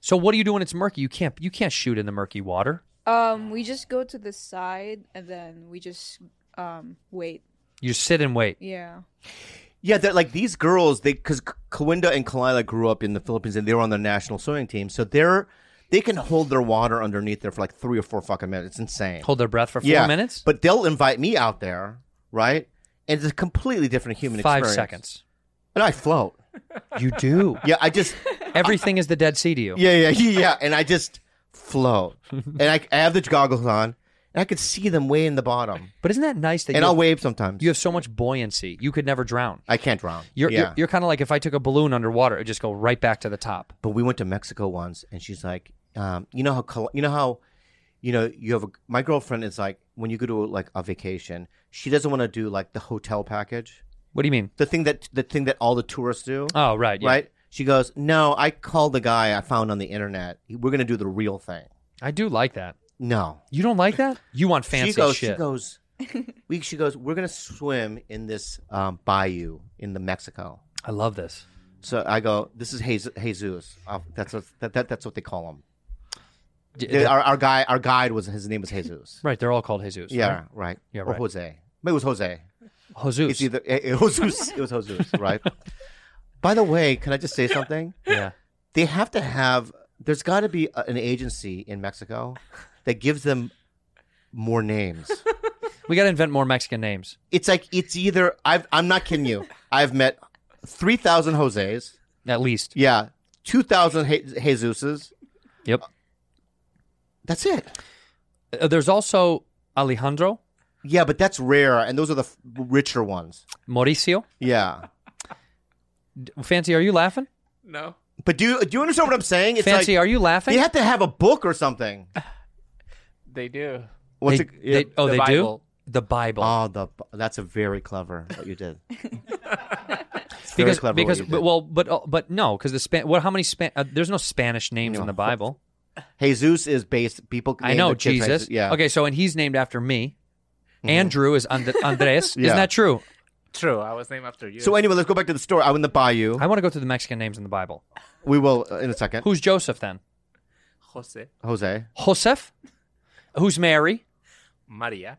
Speaker 4: So what do you do when it's murky? You can't you can't shoot in the murky water.
Speaker 3: Um, we just go to the side, and then we just um wait.
Speaker 4: You sit and wait.
Speaker 3: Yeah.
Speaker 6: Yeah, that like these girls, they because Kalinda and Kalila grew up in the Philippines and they were on the national swimming team, so they're they can hold their water underneath there for like three or four fucking minutes. It's insane.
Speaker 4: Hold their breath for four
Speaker 6: yeah,
Speaker 4: minutes.
Speaker 6: But they'll invite me out there, right? And it's a completely different human
Speaker 4: five
Speaker 6: experience.
Speaker 4: seconds.
Speaker 6: and I float.
Speaker 4: You do.
Speaker 6: (laughs) Yeah, I just
Speaker 4: Everything is the Dead Sea to you.
Speaker 6: yeah yeah yeah, yeah and I just
Speaker 4: (laughs)
Speaker 6: float, and I, I have the goggles on, and I could see them way in the bottom,
Speaker 4: But isn't that nice that
Speaker 6: and
Speaker 4: you,
Speaker 6: I'll
Speaker 4: have,
Speaker 6: wave sometimes.
Speaker 4: you have so much buoyancy? You could never drown.
Speaker 6: I can't drown.
Speaker 4: You're
Speaker 6: yeah.
Speaker 4: you're, you're kind of like if I took a balloon underwater, it would just go right back to the top.
Speaker 6: but we went to Mexico once, and she's like, um, you know how Col- you know how, you know you have a, my girlfriend is like when you go to like a vacation, she doesn't want to do like the hotel package,
Speaker 4: What do you mean?
Speaker 6: the thing that the thing that all the tourists do,
Speaker 4: Oh right, yeah.
Speaker 6: right? She goes, no, I called the guy I found on the internet. We're gonna do the real thing.
Speaker 4: I do like that.
Speaker 6: No,
Speaker 4: You don't like that? You want fancy
Speaker 6: she goes,
Speaker 4: shit?
Speaker 6: she goes, we she goes, we're gonna swim in this um, bayou in the Mexico.
Speaker 4: I love this.
Speaker 6: So I go, this is Jesus. Jesus. Uh, that's what, that, that, that's what they call him.
Speaker 4: D-
Speaker 6: Yeah,
Speaker 4: that-
Speaker 6: our, our guy, our guide was his name was
Speaker 4: (laughs)
Speaker 6: Jesus.
Speaker 4: right, they're all called Jesus.
Speaker 6: Yeah,
Speaker 4: right?
Speaker 6: right.
Speaker 4: Yeah,
Speaker 6: or
Speaker 4: right.
Speaker 6: Jose. Maybe it was Jose.
Speaker 4: Jesus.
Speaker 6: It's either it, it was (laughs) Jesus- it was Jesus, right? By the way, can I just say something?
Speaker 4: yeah.
Speaker 6: They have to have. There's got to be a, an agency in Mexico that gives them more
Speaker 4: (laughs)
Speaker 6: names.
Speaker 4: We got to invent more Mexican names.
Speaker 6: It's like it's either I've, I'm not kidding you. I've met three thousand Jose's.
Speaker 4: At least.
Speaker 6: Yeah, two thousand Jesus's.
Speaker 4: Yep.
Speaker 6: That's it.
Speaker 4: Uh, there's also Alejandro,
Speaker 6: Yeah, but that's rare, and those are the f- richer ones.
Speaker 4: Mauricio.
Speaker 6: Yeah.
Speaker 4: Fancy, are you laughing?
Speaker 7: No.
Speaker 6: But do you, do you understand what I'm saying? It's
Speaker 4: Fancy,
Speaker 6: like
Speaker 4: are you laughing?
Speaker 6: they have to have a book or something.
Speaker 7: (sighs) They do.
Speaker 6: What's
Speaker 4: They-
Speaker 6: it? yeah.
Speaker 4: they- oh,
Speaker 7: the
Speaker 4: they
Speaker 7: Bible.
Speaker 4: do the Bible
Speaker 6: oh, the that's a very clever what you
Speaker 7: (laughs)
Speaker 6: did. It's very
Speaker 4: because
Speaker 6: clever what
Speaker 4: because
Speaker 6: you did.
Speaker 4: but, well but uh, but no because the span what how many span uh, there's no Spanish names in
Speaker 6: No.
Speaker 4: the Bible
Speaker 6: Jesus is based people.
Speaker 4: I
Speaker 6: name
Speaker 4: know
Speaker 6: the kids
Speaker 4: Jesus
Speaker 6: Jesus. Yeah. Mm-hmm.
Speaker 4: okay so and he's named after me Andrew is and- Andres
Speaker 6: (laughs) Yeah.
Speaker 4: isn't that true
Speaker 7: True. I was named after you.
Speaker 6: So anyway, let's go back to the story. I went to Bayou.
Speaker 4: I want to go through the Mexican names in the Bible
Speaker 6: We will uh, in a second.
Speaker 4: who's Joseph then
Speaker 7: Jose,
Speaker 6: Jose.
Speaker 4: Joseph who's Mary
Speaker 7: Maria,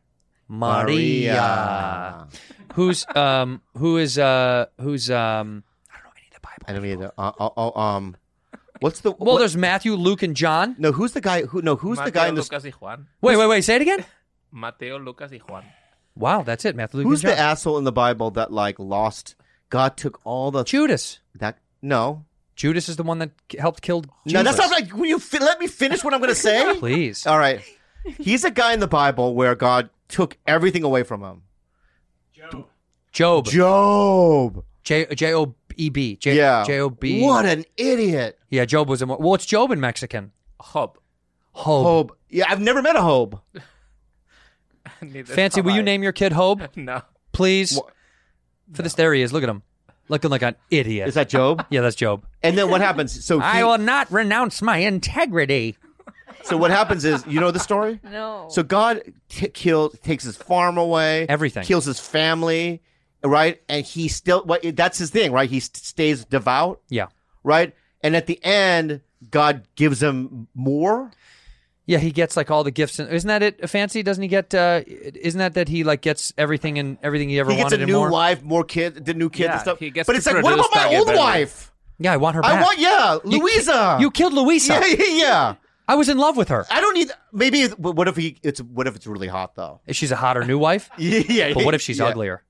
Speaker 4: Maria who's um who is uh who's um I don't know any of the Bible
Speaker 6: I don't either. Uh, uh, uh, um, What's the
Speaker 4: Well,
Speaker 6: what-
Speaker 4: there's Matthew, Luke, and John.
Speaker 6: no? Who's the guy who? No, who's the guy
Speaker 7: Mateo,
Speaker 6: in the
Speaker 7: Lucas, y Juan.
Speaker 4: Wait, wait, wait. Say it again.
Speaker 7: Mateo, Lucas, y Juan.
Speaker 4: Wow, that's it. Matthew, Luke,
Speaker 6: who's
Speaker 4: and
Speaker 6: the
Speaker 4: John.
Speaker 6: asshole in the Bible that like lost? God took all the
Speaker 4: Judas.
Speaker 6: that no.
Speaker 4: Judas is the one that k- helped kill. Jesus.
Speaker 6: No, that's not like. Will you fi- let me finish what I'm going to say?
Speaker 4: (laughs) Please.
Speaker 6: All right. Uh, He's a guy in the Bible where God took everything away from him.
Speaker 4: Job.
Speaker 6: Job.
Speaker 4: J J O E B. J-
Speaker 6: yeah.
Speaker 4: J O B.
Speaker 6: What an idiot.
Speaker 4: Yeah, Job was a. Well, it's Job in Mexican.
Speaker 7: Job.
Speaker 4: Hob.
Speaker 6: Hob. Yeah, I've never met a Hob.
Speaker 7: Neither
Speaker 4: Fancy,
Speaker 7: have
Speaker 4: will
Speaker 7: I.
Speaker 4: you name your kid Hob,
Speaker 6: (laughs)
Speaker 7: No.
Speaker 4: please?
Speaker 6: Wha-
Speaker 4: For this, there he is. Look at him, looking like an idiot.
Speaker 6: Is that Job?
Speaker 4: yeah, that's Job.
Speaker 6: and then what happens? So he-
Speaker 4: (laughs) I will not renounce my integrity.
Speaker 6: so what happens is you know the story.
Speaker 3: No.
Speaker 6: So God t- kills, takes his farm away,
Speaker 4: Everything.
Speaker 6: kills his family, right? And he still, what? That's his thing, right? He st- stays devout,
Speaker 4: Yeah,
Speaker 6: right? And at the end, God gives him more.
Speaker 4: yeah. He gets like all the gifts. And, isn't that it? Fancy doesn't he get? Uh, isn't that that he like gets everything and everything he ever
Speaker 6: He gets
Speaker 4: wanted
Speaker 6: a
Speaker 4: and
Speaker 6: new
Speaker 4: more?
Speaker 6: wife, more kid, the new kid
Speaker 7: Yeah,
Speaker 6: and stuff.
Speaker 7: he gets
Speaker 6: but
Speaker 7: to
Speaker 6: it's like, what
Speaker 7: produce
Speaker 6: about my
Speaker 7: that
Speaker 6: old
Speaker 7: better.
Speaker 6: wife?
Speaker 4: Yeah, I want her back.
Speaker 6: I want, yeah,
Speaker 4: You ki-
Speaker 6: Louisa.
Speaker 4: You killed Louisa.
Speaker 6: (laughs) yeah, yeah, yeah.
Speaker 4: I was in love with her.
Speaker 6: I don't need. Maybe it- but what if he? It's what if it's really hot though? (laughs)
Speaker 4: If she's a hotter new wife,
Speaker 6: Yeah, yeah.
Speaker 4: but what if she's
Speaker 6: (laughs) yeah.
Speaker 4: uglier?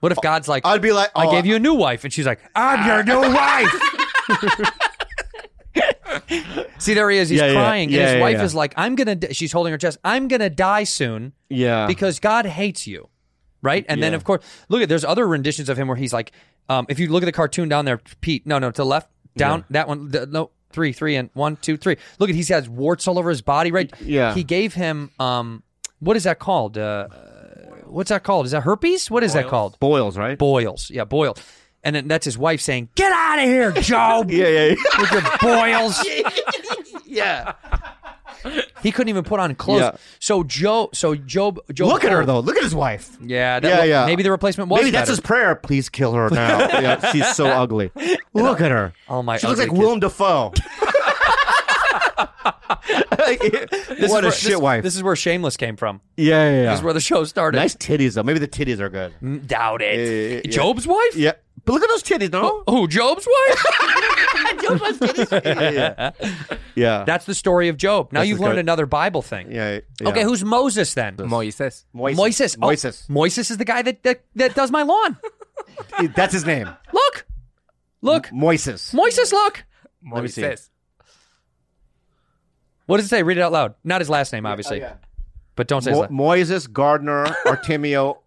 Speaker 4: What if God's like,
Speaker 6: I'd be like,
Speaker 4: I
Speaker 6: oh,
Speaker 4: gave you a new wife, and she's like, I'm your (laughs) new wife. See, there he is. He's
Speaker 6: Yeah, yeah,
Speaker 4: crying,
Speaker 6: yeah,
Speaker 4: and his
Speaker 6: yeah,
Speaker 4: wife
Speaker 6: yeah.
Speaker 4: is like, "I'm gonna." Di-, she's holding her chest. I'm gonna die soon
Speaker 6: Yeah,
Speaker 4: because God hates you, right? And then, of course, look at there's other renditions of him where he's like, um, if you look at the cartoon down there, Pete, no, no, to the left, down that one, the, no, three, three, and one, two, three. Look at he's got warts all over his body, right?
Speaker 6: Yeah.
Speaker 4: He gave him, um, what is that called? Uh, what's that called? Is that herpes? What is that called?
Speaker 6: boils right.
Speaker 4: boils. Yeah, boils. And then that's his wife saying, "Get out of here, Job,
Speaker 6: (laughs) yeah, yeah, yeah.
Speaker 4: with your boils."
Speaker 6: (laughs) yeah.
Speaker 4: He couldn't even put on clothes.
Speaker 6: Yeah.
Speaker 4: So Job, so Job, Job
Speaker 6: Look at her though. Look at his wife.
Speaker 4: Yeah, that,
Speaker 6: Yeah,
Speaker 4: look-
Speaker 6: yeah.
Speaker 4: Maybe the replacement was
Speaker 6: Maybe that's his
Speaker 4: better.
Speaker 6: prayer. Please kill her now. (laughs) yeah, she's so ugly. (laughs) Look at her.
Speaker 4: Oh my!
Speaker 6: She looks like
Speaker 4: ugly kid.
Speaker 6: Willem Dafoe.
Speaker 4: (laughs)
Speaker 6: (laughs)
Speaker 4: This is
Speaker 6: what a
Speaker 4: where-
Speaker 6: shit
Speaker 4: this,
Speaker 6: wife.
Speaker 4: This is where Shameless came from.
Speaker 6: yeah, yeah, yeah.
Speaker 4: This is where the show started.
Speaker 6: nice titties though. Maybe the titties are good.
Speaker 4: Mm, Doubt it.
Speaker 6: Yeah, yeah, yeah.
Speaker 4: Job's wife?
Speaker 6: Yeah, but look at those titties, no?
Speaker 4: Who? Job's wife?
Speaker 6: (laughs) yeah. Yeah.
Speaker 4: that's the story of Job. Now
Speaker 6: That's
Speaker 4: you've
Speaker 6: the
Speaker 4: learned
Speaker 6: guy-
Speaker 4: another Bible thing.
Speaker 6: yeah,
Speaker 4: Okay, who's Moses then?
Speaker 7: Moises.
Speaker 4: Moises. Oh,
Speaker 6: Moises.
Speaker 4: Moises is the guy that that, that does my lawn.
Speaker 6: That's his name.
Speaker 4: Look, look,
Speaker 6: Moises.
Speaker 4: Moises, look.
Speaker 6: me see.
Speaker 7: Moises.
Speaker 4: What does it say? Read it out loud. Not his last name, obviously, but don't say his
Speaker 6: oh, Mo-
Speaker 4: last. (laughs)
Speaker 6: Moises Gardner Artemio.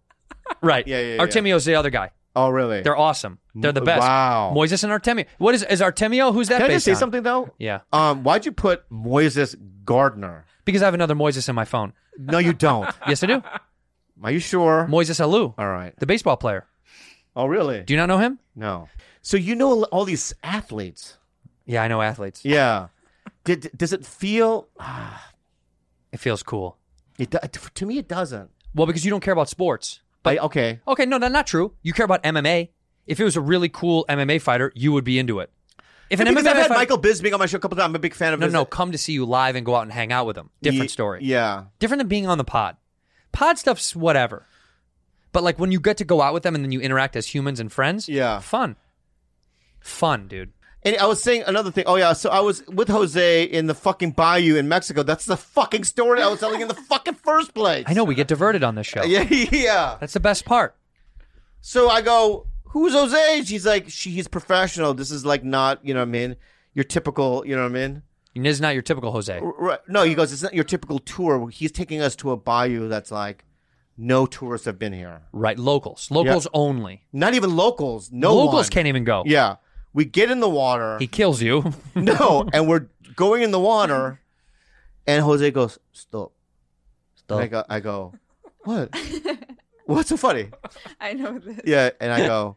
Speaker 4: Right.
Speaker 6: Yeah, yeah, yeah.
Speaker 4: Artemio's the other guy.
Speaker 6: Oh, really?
Speaker 4: They're awesome. They're the best.
Speaker 6: Wow.
Speaker 4: Moises and Artemio. What is is Artemio? Who's that?
Speaker 6: Can I
Speaker 4: based
Speaker 6: just say
Speaker 4: on?
Speaker 6: something though?
Speaker 4: Yeah,
Speaker 6: Um, why'd you put Moises Gardner?
Speaker 4: because I have another Moises in my phone.
Speaker 6: No,
Speaker 4: (laughs)
Speaker 6: you don't.
Speaker 4: Yes, I
Speaker 6: (laughs)
Speaker 4: do.
Speaker 6: Are you sure?
Speaker 4: Moises Alou,
Speaker 6: All right.
Speaker 4: the baseball player.
Speaker 6: Oh, really?
Speaker 4: Do you not know him?
Speaker 6: no. So you know all these athletes.
Speaker 4: Yeah, I know athletes.
Speaker 6: Yeah. (laughs) Did does it feel?
Speaker 4: It feels cool.
Speaker 6: It do- to me it doesn't.
Speaker 4: Well, because you don't care about sports.
Speaker 6: But okay.
Speaker 4: Okay, no, that's not true. You care about MMA. If it was a really cool MMA fighter, you would be into it. If an
Speaker 6: because
Speaker 4: MMA
Speaker 6: I've had
Speaker 4: fighter,
Speaker 6: Michael Bisping on my show a couple times. I'm a big fan of
Speaker 4: no,
Speaker 6: his.
Speaker 4: no, come to see you live and go out and hang out with him. Different
Speaker 6: Ye-
Speaker 4: story.
Speaker 6: Yeah.
Speaker 4: different than being on the pod. Pod stuff's whatever. But like when you get to go out with them and then you interact as humans and friends,
Speaker 6: Yeah.
Speaker 4: fun, fun, dude.
Speaker 6: And I was saying another thing. Oh yeah, so I was with Jose in the fucking bayou in Mexico. That's the fucking story I was telling in the fucking first place.
Speaker 4: I know we get diverted on this show.
Speaker 6: (laughs) Yeah, yeah.
Speaker 4: That's the best part.
Speaker 6: So I go, "Who's Jose?" She's like, "She's professional. This is like not, you know what I mean? Your typical, you know what I mean?
Speaker 4: And This is not your typical Jose.
Speaker 6: R- Right. No, he goes, "It's not your typical tour. He's taking us to a bayou that's like no tourists have been here.
Speaker 4: Right, locals. Locals only.
Speaker 6: Not even locals. No
Speaker 4: locals
Speaker 6: one.
Speaker 4: can't even go.
Speaker 6: Yeah. We get in the water.
Speaker 4: He kills you.
Speaker 6: (laughs)
Speaker 4: (laughs)
Speaker 6: No, and we're going in the water, and Jose goes, "Stop, stop." I go, I go, "What? What's so funny?"
Speaker 3: (laughs) I know
Speaker 4: (laughs)
Speaker 3: this.
Speaker 6: Yeah, and I go,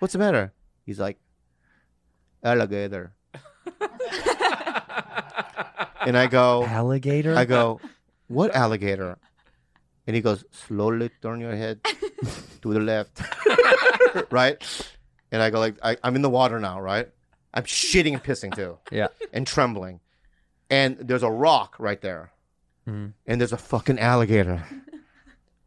Speaker 6: "What's the matter?" He's like, "Alligator," and I go,
Speaker 4: Alligator?
Speaker 6: "I go, what alligator?" And he goes, "Slowly turn your head to the left, (laughs) right?" And I go, "Like I, I'm in the water now, right? I'm shitting and pissing too."
Speaker 4: yeah.
Speaker 6: and trembling. And there's a rock right there.
Speaker 4: Mhm.
Speaker 6: And there's a fucking alligator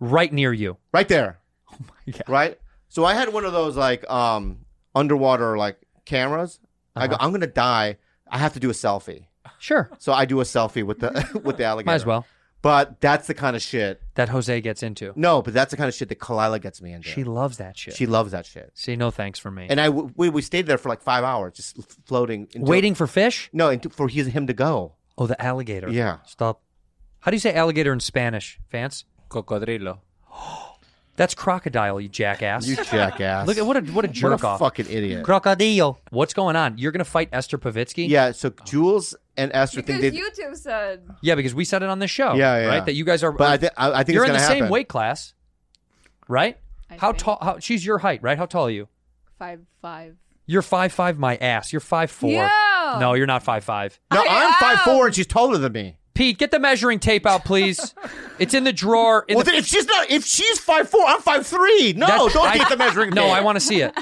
Speaker 4: Right near you. (laughs)
Speaker 6: right there.
Speaker 4: Oh God.
Speaker 6: Right? So
Speaker 4: Uh-huh.
Speaker 6: I had one of those like um underwater like cameras. I go, I'm gonna die. I have to do a selfie.
Speaker 4: Sure.
Speaker 6: So I do a selfie
Speaker 4: (laughs)
Speaker 6: with the (laughs) with the alligator.
Speaker 4: Might as well.
Speaker 6: But that's the kind of shit.
Speaker 4: That Jose gets into.
Speaker 6: No, but that's the kind of shit that Kalila gets me into.
Speaker 4: She loves that shit.
Speaker 6: she loves that shit.
Speaker 4: See, no thanks for me.
Speaker 6: And I w- we we stayed there for like five hours, just f- floating, until-
Speaker 4: Waiting for fish?
Speaker 6: No, until, for his, him to go.
Speaker 4: Oh, the alligator.
Speaker 6: Yeah.
Speaker 4: Stop. How do you say alligator in Spanish, Vance?
Speaker 7: Cocodrilo.
Speaker 4: (gasps) That's crocodile, you jackass.
Speaker 6: You jackass!
Speaker 4: (laughs) Look at what a what a jerk
Speaker 6: what a
Speaker 4: off.
Speaker 6: fucking idiot.
Speaker 4: Crocodile. What's going on? You're gonna fight Esther Pavitsky?
Speaker 6: Yeah. So Jules and Esther
Speaker 3: Because
Speaker 6: think they.
Speaker 3: YouTube said
Speaker 4: Yeah, because we said it on this show.
Speaker 6: Yeah, yeah.
Speaker 4: Right? That you guys are
Speaker 6: but I, th- I, I think
Speaker 4: you're
Speaker 6: it's
Speaker 4: in the
Speaker 6: gonna
Speaker 4: same
Speaker 6: happen.
Speaker 4: weight class. Right?
Speaker 3: I
Speaker 4: how
Speaker 3: think.
Speaker 4: tall how she's your height, right? How tall are you?
Speaker 3: five five.
Speaker 4: You're five five my ass. You're five four.
Speaker 3: Yeah.
Speaker 4: No, you're not five five.
Speaker 6: No,
Speaker 3: Okay,
Speaker 6: I'm
Speaker 3: ow.
Speaker 6: five four, and she's taller than me.
Speaker 4: Pete, get the measuring tape
Speaker 3: (laughs)
Speaker 4: out, please. it's in the drawer. In
Speaker 6: well,
Speaker 4: the,
Speaker 6: then if she's not, if she's five four, I'm five three. No,
Speaker 4: That's-
Speaker 6: don't
Speaker 4: I-
Speaker 6: get the measuring tape.
Speaker 4: No, I want to see it.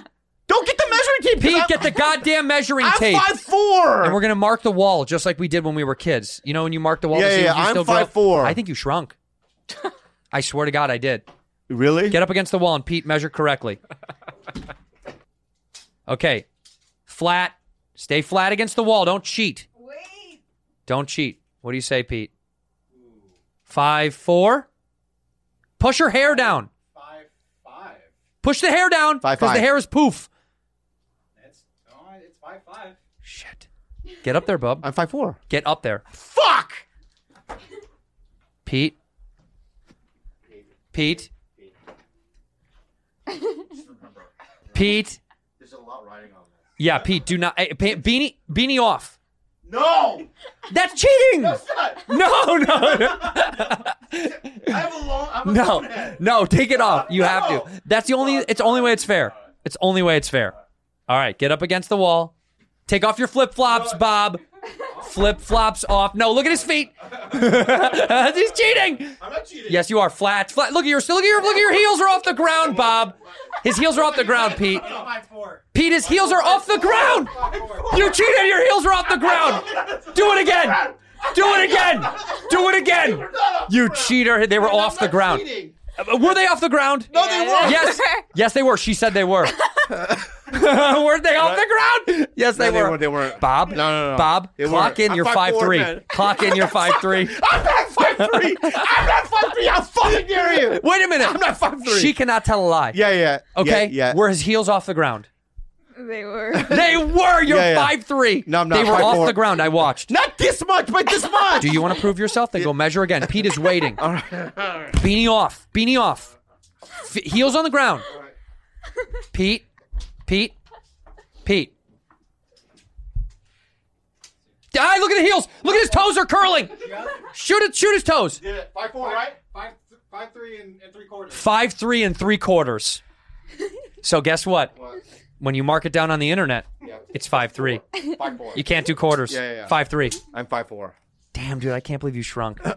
Speaker 6: Don't get the measuring tape. 'cause
Speaker 4: Pete,
Speaker 6: I'm-
Speaker 4: get the goddamn measuring
Speaker 6: I'm
Speaker 4: tape.
Speaker 6: five four.
Speaker 4: And we're gonna mark the wall just like we did when we were kids. You know, when you mark the wall.
Speaker 6: Yeah,
Speaker 4: to see
Speaker 6: yeah,
Speaker 4: if you
Speaker 6: I'm
Speaker 4: still grow-
Speaker 6: 5'4".
Speaker 4: I think you
Speaker 6: (laughs)
Speaker 4: shrunk. I swear to God, I did.
Speaker 6: really?
Speaker 4: Get up against the wall and Pete measure correctly. Okay, flat. Stay flat against the wall. Don't cheat. Wait. Don't cheat. What do you say, Pete? Five four. Push your hair down. Five five. Push the hair down.
Speaker 6: Five,
Speaker 4: Because the
Speaker 6: five.
Speaker 4: hair is poof. That's no, it's five five. Shit. Get up there, bub.
Speaker 6: I'm five four.
Speaker 4: Get up there.
Speaker 6: Fuck.
Speaker 4: Pete. Pete. Pete.
Speaker 6: There's a lot riding on this.
Speaker 4: Yeah, Pete, do not. eh, Pe- beanie, beanie off.
Speaker 6: No,
Speaker 4: That's cheating! No, no, no.
Speaker 6: (laughs) I have a long. I'm
Speaker 4: No, no, take it off. You have to. That's the only, it's the only way it's fair. It's the only way it's fair. All right, get up against the wall. Take off your flip flops, Bob. Flip flops off. No, look at his feet. (laughs) He's cheating.
Speaker 6: I'm not cheating.
Speaker 4: Yes, you are flat. Flat. Look at your look at your look at your heels are off the ground, Bob. His heels are off the ground, Pete. Pete, his heels are off the ground. You cheated. Your heels are off the ground. Do it again. Do it again. Do it again. You cheater. They were off the ground. Uh, Were they off the ground? No,
Speaker 3: they weren't.
Speaker 4: Yes. Yes, they were. She said they were. (laughs) Weren't they off the ground? Yes, they,
Speaker 6: No, they
Speaker 4: were.
Speaker 6: weren't. They weren't.
Speaker 4: Bob,
Speaker 6: No, no, no.
Speaker 4: Bob,
Speaker 6: They
Speaker 4: clock
Speaker 6: weren't.
Speaker 4: in.
Speaker 6: I'm
Speaker 4: You're
Speaker 6: 5'4",
Speaker 4: five three.
Speaker 6: man.
Speaker 4: Clock in. You're five
Speaker 6: (laughs)
Speaker 4: three.
Speaker 6: I'm not five three. I'm not five three. I fucking
Speaker 4: (laughs)
Speaker 6: dare you.
Speaker 4: Wait a minute.
Speaker 6: I'm not 5'3".
Speaker 4: She cannot tell a lie.
Speaker 6: Yeah, yeah.
Speaker 4: Okay.
Speaker 6: Yeah. yeah.
Speaker 4: Were his heels off the ground?
Speaker 3: They were.
Speaker 4: (laughs) They were. You're
Speaker 6: Yeah, yeah.
Speaker 4: five three.
Speaker 6: No, I'm not
Speaker 4: They were
Speaker 6: 5'4".
Speaker 4: off the ground. I watched.
Speaker 6: not this much, but this much.
Speaker 4: Do you want to prove yourself? Then go measure again. Pete is waiting. Beanie off. Beanie off. F- heels on the ground. Pete. Pete. Pete. Ah, look at the heels. Look at his toes are curling. Shoot it. Shoot his toes.
Speaker 6: Five four, right?
Speaker 8: Five, five, three, and, and three quarters.
Speaker 4: five three and three quarters. So guess what? When you mark it down on the internet, it's five three.
Speaker 6: Five four.
Speaker 4: You can't do quarters.
Speaker 6: Yeah, yeah, yeah.
Speaker 4: Five three.
Speaker 6: I'm five four.
Speaker 4: Damn, dude, I can't believe you shrunk. (coughs)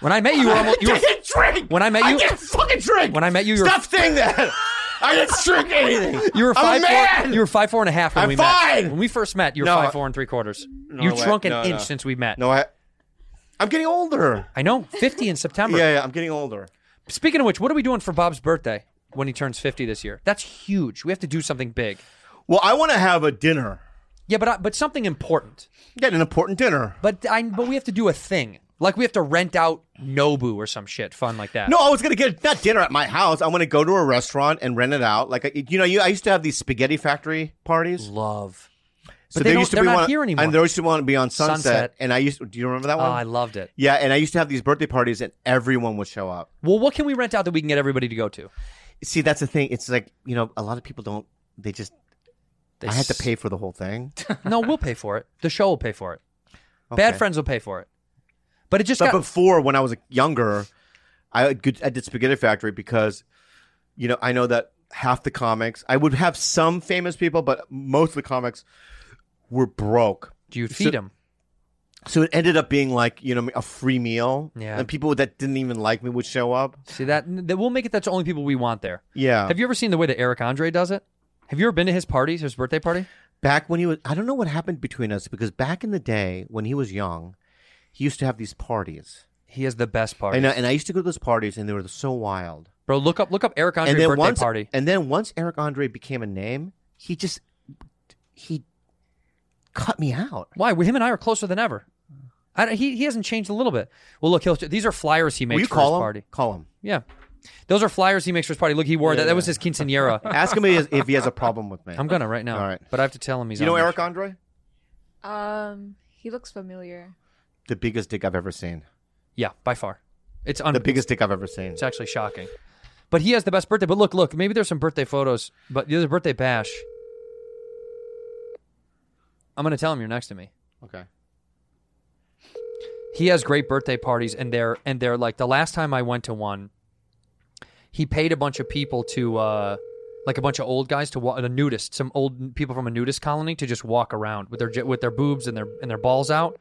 Speaker 4: When I met you, you were almost. You
Speaker 6: (laughs)
Speaker 4: were,
Speaker 6: didn't drink.
Speaker 4: When I met you-
Speaker 6: I didn't fucking drink.
Speaker 4: when I met you, you were,
Speaker 6: stop saying that. I didn't drink anything.
Speaker 4: you were five
Speaker 6: I'm a man.
Speaker 4: four. You were five four and a half when
Speaker 6: I'm
Speaker 4: we met.
Speaker 6: fine.
Speaker 4: When we first met, you were
Speaker 6: No,
Speaker 4: five
Speaker 6: I-
Speaker 4: four and three quarters.
Speaker 6: No
Speaker 4: you
Speaker 6: way.
Speaker 4: shrunk an
Speaker 6: No,
Speaker 4: inch
Speaker 6: no.
Speaker 4: since we met.
Speaker 6: No, I. I'm getting older.
Speaker 4: I know. Fifty in September.
Speaker 6: Yeah, yeah. I'm getting older.
Speaker 4: Speaking of which, what are we doing for Bob's birthday when he turns fifty this year? That's huge. We have to do something big.
Speaker 6: Well, I want to have a dinner.
Speaker 4: Yeah, but I, but something important.
Speaker 6: Get an important dinner.
Speaker 4: But I but we have to do a thing. Like we have to rent out Nobu or some shit fun like that.
Speaker 6: No, I was gonna get not dinner at my house. I want to go to a restaurant and rent it out. Like you know, you I used to have these spaghetti factory parties.
Speaker 4: love.
Speaker 6: So
Speaker 4: they don't-
Speaker 6: used to
Speaker 4: they're
Speaker 6: be
Speaker 4: not
Speaker 6: one,
Speaker 4: here anymore.
Speaker 6: And there used to want to be on Sunset,
Speaker 4: Sunset.
Speaker 6: And I used. Do you remember that
Speaker 4: Oh,
Speaker 6: one?
Speaker 4: I loved it.
Speaker 6: yeah, and I used to have these birthday parties, and everyone would show up.
Speaker 4: Well, what can we rent out that we can get everybody to go to?
Speaker 6: See, that's the thing. It's like you know, a lot of people don't. They just.
Speaker 4: They
Speaker 6: I had to
Speaker 4: s-
Speaker 6: pay for the whole thing.
Speaker 4: No, we'll pay for it. The show will pay for it. Bad
Speaker 6: Okay.
Speaker 4: Friends will pay for it. But it just
Speaker 6: But
Speaker 4: got
Speaker 6: before, when I was younger, I did, I did Spaghetti Factory because, you know, I know that half the comics. I would have some famous people, but most of the comics were broke.
Speaker 4: do you feed him?
Speaker 6: So it ended up being like you know a free meal,
Speaker 4: Yeah.
Speaker 6: and people that didn't even like me would show up.
Speaker 4: See that, that we'll make it that's the only people we want there.
Speaker 6: Yeah,
Speaker 4: Have you ever seen the way that Eric Andre does it? Have you ever been to his parties, his birthday party?
Speaker 6: back when he was, I don't know what happened between us because back in the day when he was young, he used to have these parties,
Speaker 4: He has the best party.
Speaker 6: and I, and I used to go to those parties, and they were so wild.
Speaker 4: Bro, look up look up Eric Andre
Speaker 6: and then
Speaker 4: birthday
Speaker 6: once,
Speaker 4: party.
Speaker 6: And then once Eric Andre became a name, he just he cut me out.
Speaker 4: Why? We- Him and I are closer than ever. I don't- he, he hasn't changed a little bit. Well, look, he'll, these are flyers he makes
Speaker 6: Will you
Speaker 4: for
Speaker 6: call
Speaker 4: his
Speaker 6: him?
Speaker 4: party.
Speaker 6: Call him.
Speaker 4: Yeah, those are flyers he makes for his party. Look, he wore that. That was his
Speaker 6: (laughs)
Speaker 4: quinceanera.
Speaker 6: Ask him if he has- if he has a problem with me.
Speaker 4: I'm gonna right now.
Speaker 6: All right.
Speaker 4: but I have to tell him he's.
Speaker 6: You know
Speaker 4: on
Speaker 6: Eric Andre?
Speaker 3: Um, he looks familiar.
Speaker 6: The biggest dick I've ever seen.
Speaker 4: Yeah, by far, it's un-
Speaker 6: The biggest dick I've ever seen.
Speaker 4: It's actually shocking. But he has the best birthday. But look, look, maybe there's some birthday photos. But there's a birthday bash. I'm gonna tell him you're next to me.
Speaker 6: Okay.
Speaker 4: he has great birthday parties and they're and they're like the last time I went to one he paid a bunch of people to uh like a bunch of old guys to wa- the nudist some old people from a nudist colony to just walk around with their j- with their boobs and their and their balls out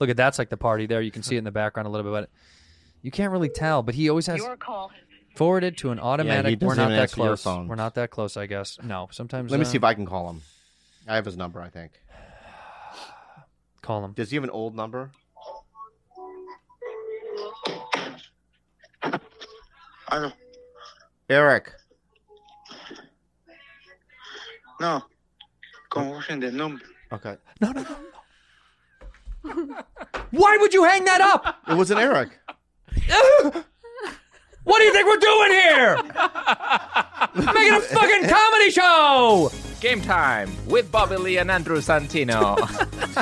Speaker 4: look at that's like the party there you can see it in the background a little bit but you can't really tell but he always has forwarded to an automatic we're
Speaker 6: doesn't
Speaker 4: not
Speaker 6: even
Speaker 4: that
Speaker 6: answer your
Speaker 4: close
Speaker 6: phone.
Speaker 4: we're not that close I guess no sometimes
Speaker 6: Let me
Speaker 4: uh,
Speaker 6: see if I can call him. I have his number, I think.
Speaker 4: call him
Speaker 6: Does he have an old number?
Speaker 2: I don't
Speaker 6: Eric.
Speaker 2: no. Confusion the number.
Speaker 6: Okay.
Speaker 4: no no no no why would you hang that up
Speaker 6: It was an Eric.
Speaker 4: (laughs) What do you think we're doing here? Making a fucking comedy show.
Speaker 7: Game time with Bobby Lee and Andrew Santino.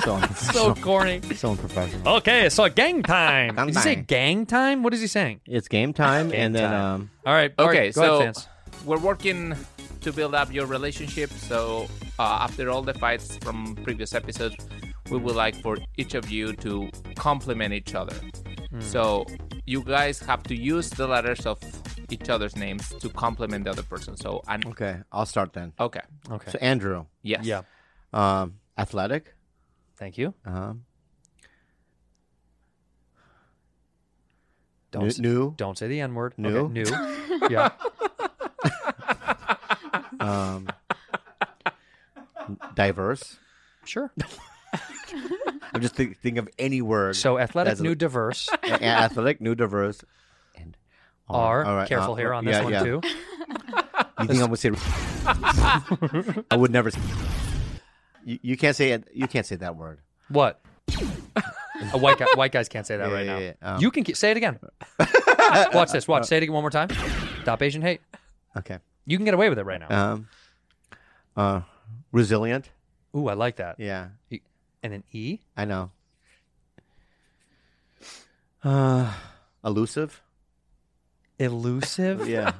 Speaker 6: So,
Speaker 4: So corny.
Speaker 6: (laughs) so unprofessional.
Speaker 4: Okay, so gang time.
Speaker 6: Gang
Speaker 4: Did he say
Speaker 6: time.
Speaker 4: gang time? What is he saying?
Speaker 6: It's game time, and then
Speaker 7: time.
Speaker 6: um,
Speaker 4: All right. all
Speaker 7: okay,
Speaker 4: right, go
Speaker 7: so
Speaker 4: ahead, fans.
Speaker 7: we're working to build up your relationship. So uh, after all the fights from previous episodes, we would like for each of you to compliment each other. So you guys have to use the letters of each other's names to compliment the other person. So and
Speaker 6: okay, I'll start then.
Speaker 7: okay,
Speaker 4: Okay.
Speaker 6: So Andrew,
Speaker 7: yes,
Speaker 4: yeah.
Speaker 6: um, athletic.
Speaker 4: Thank you.
Speaker 6: Um,
Speaker 4: Don't
Speaker 6: new,
Speaker 4: s-
Speaker 6: new,
Speaker 4: Don't say the N word.
Speaker 6: New.
Speaker 4: Okay,
Speaker 6: (laughs)
Speaker 4: new. yeah.
Speaker 6: um, (laughs) diverse.
Speaker 4: Sure.
Speaker 6: I'm just think, thinking of any word.
Speaker 4: So athletic,
Speaker 6: That's a-
Speaker 4: new, diverse.
Speaker 6: (laughs) A- athletic, new, diverse, and
Speaker 4: R.
Speaker 6: All right,
Speaker 4: Careful
Speaker 6: uh,
Speaker 4: here on this
Speaker 6: yeah,
Speaker 4: one
Speaker 6: yeah.
Speaker 4: too.
Speaker 6: You think I would say?
Speaker 4: (laughs)
Speaker 6: I would never. Say, (laughs) you, you can't say it. You can't say that word.
Speaker 4: What? a white guy, white guys can't say that
Speaker 6: Yeah,
Speaker 4: right
Speaker 6: yeah,
Speaker 4: now.
Speaker 6: yeah, yeah. Um,
Speaker 4: you can ke- say it
Speaker 6: (laughs)
Speaker 4: again. watch this. Watch. Say it again one more time. Stop Asian hate.
Speaker 6: Okay.
Speaker 4: You can get away with it right now.
Speaker 6: Um, uh, resilient.
Speaker 4: Ooh, I like that.
Speaker 6: Yeah,
Speaker 4: And an E.
Speaker 6: I know. Uh, elusive.
Speaker 4: Elusive. (laughs)
Speaker 6: (laughs) Yeah,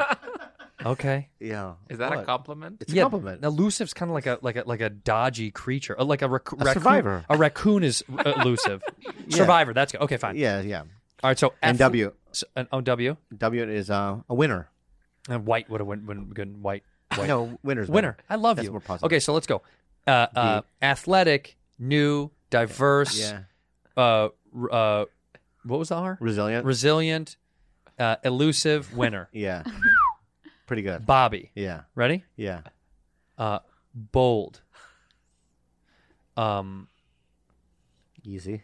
Speaker 4: Okay.
Speaker 6: yeah.
Speaker 7: Is that a
Speaker 6: What?
Speaker 7: compliment?
Speaker 6: It's a
Speaker 4: Yeah,
Speaker 6: compliment.
Speaker 4: Elusive's kind of like a like a like a dodgy creature, Uh, like a, rac-
Speaker 6: A
Speaker 4: raccoon.
Speaker 6: survivor.
Speaker 4: A raccoon is uh,
Speaker 6: (laughs)
Speaker 4: elusive. Survivor. That's good. okay. Fine.
Speaker 6: Yeah, yeah.
Speaker 4: All right. So
Speaker 6: And
Speaker 4: F-
Speaker 6: W.
Speaker 4: s- an O W
Speaker 6: W is uh, a winner.
Speaker 4: and white would have went, went good. White. White.
Speaker 6: No, winners.
Speaker 4: Winner. I love
Speaker 6: That's
Speaker 4: you.
Speaker 6: more positive.
Speaker 4: Okay. So let's go. Uh, uh, athletic, new, diverse.
Speaker 6: Yeah.
Speaker 4: Uh, r- uh, what was the R?
Speaker 6: Resilient.
Speaker 4: Resilient, uh, elusive, winner.
Speaker 6: (laughs) yeah. Pretty good.
Speaker 4: Bobby.
Speaker 6: Yeah.
Speaker 4: Ready?
Speaker 6: Yeah.
Speaker 4: Uh, bold. Um.
Speaker 6: Easy.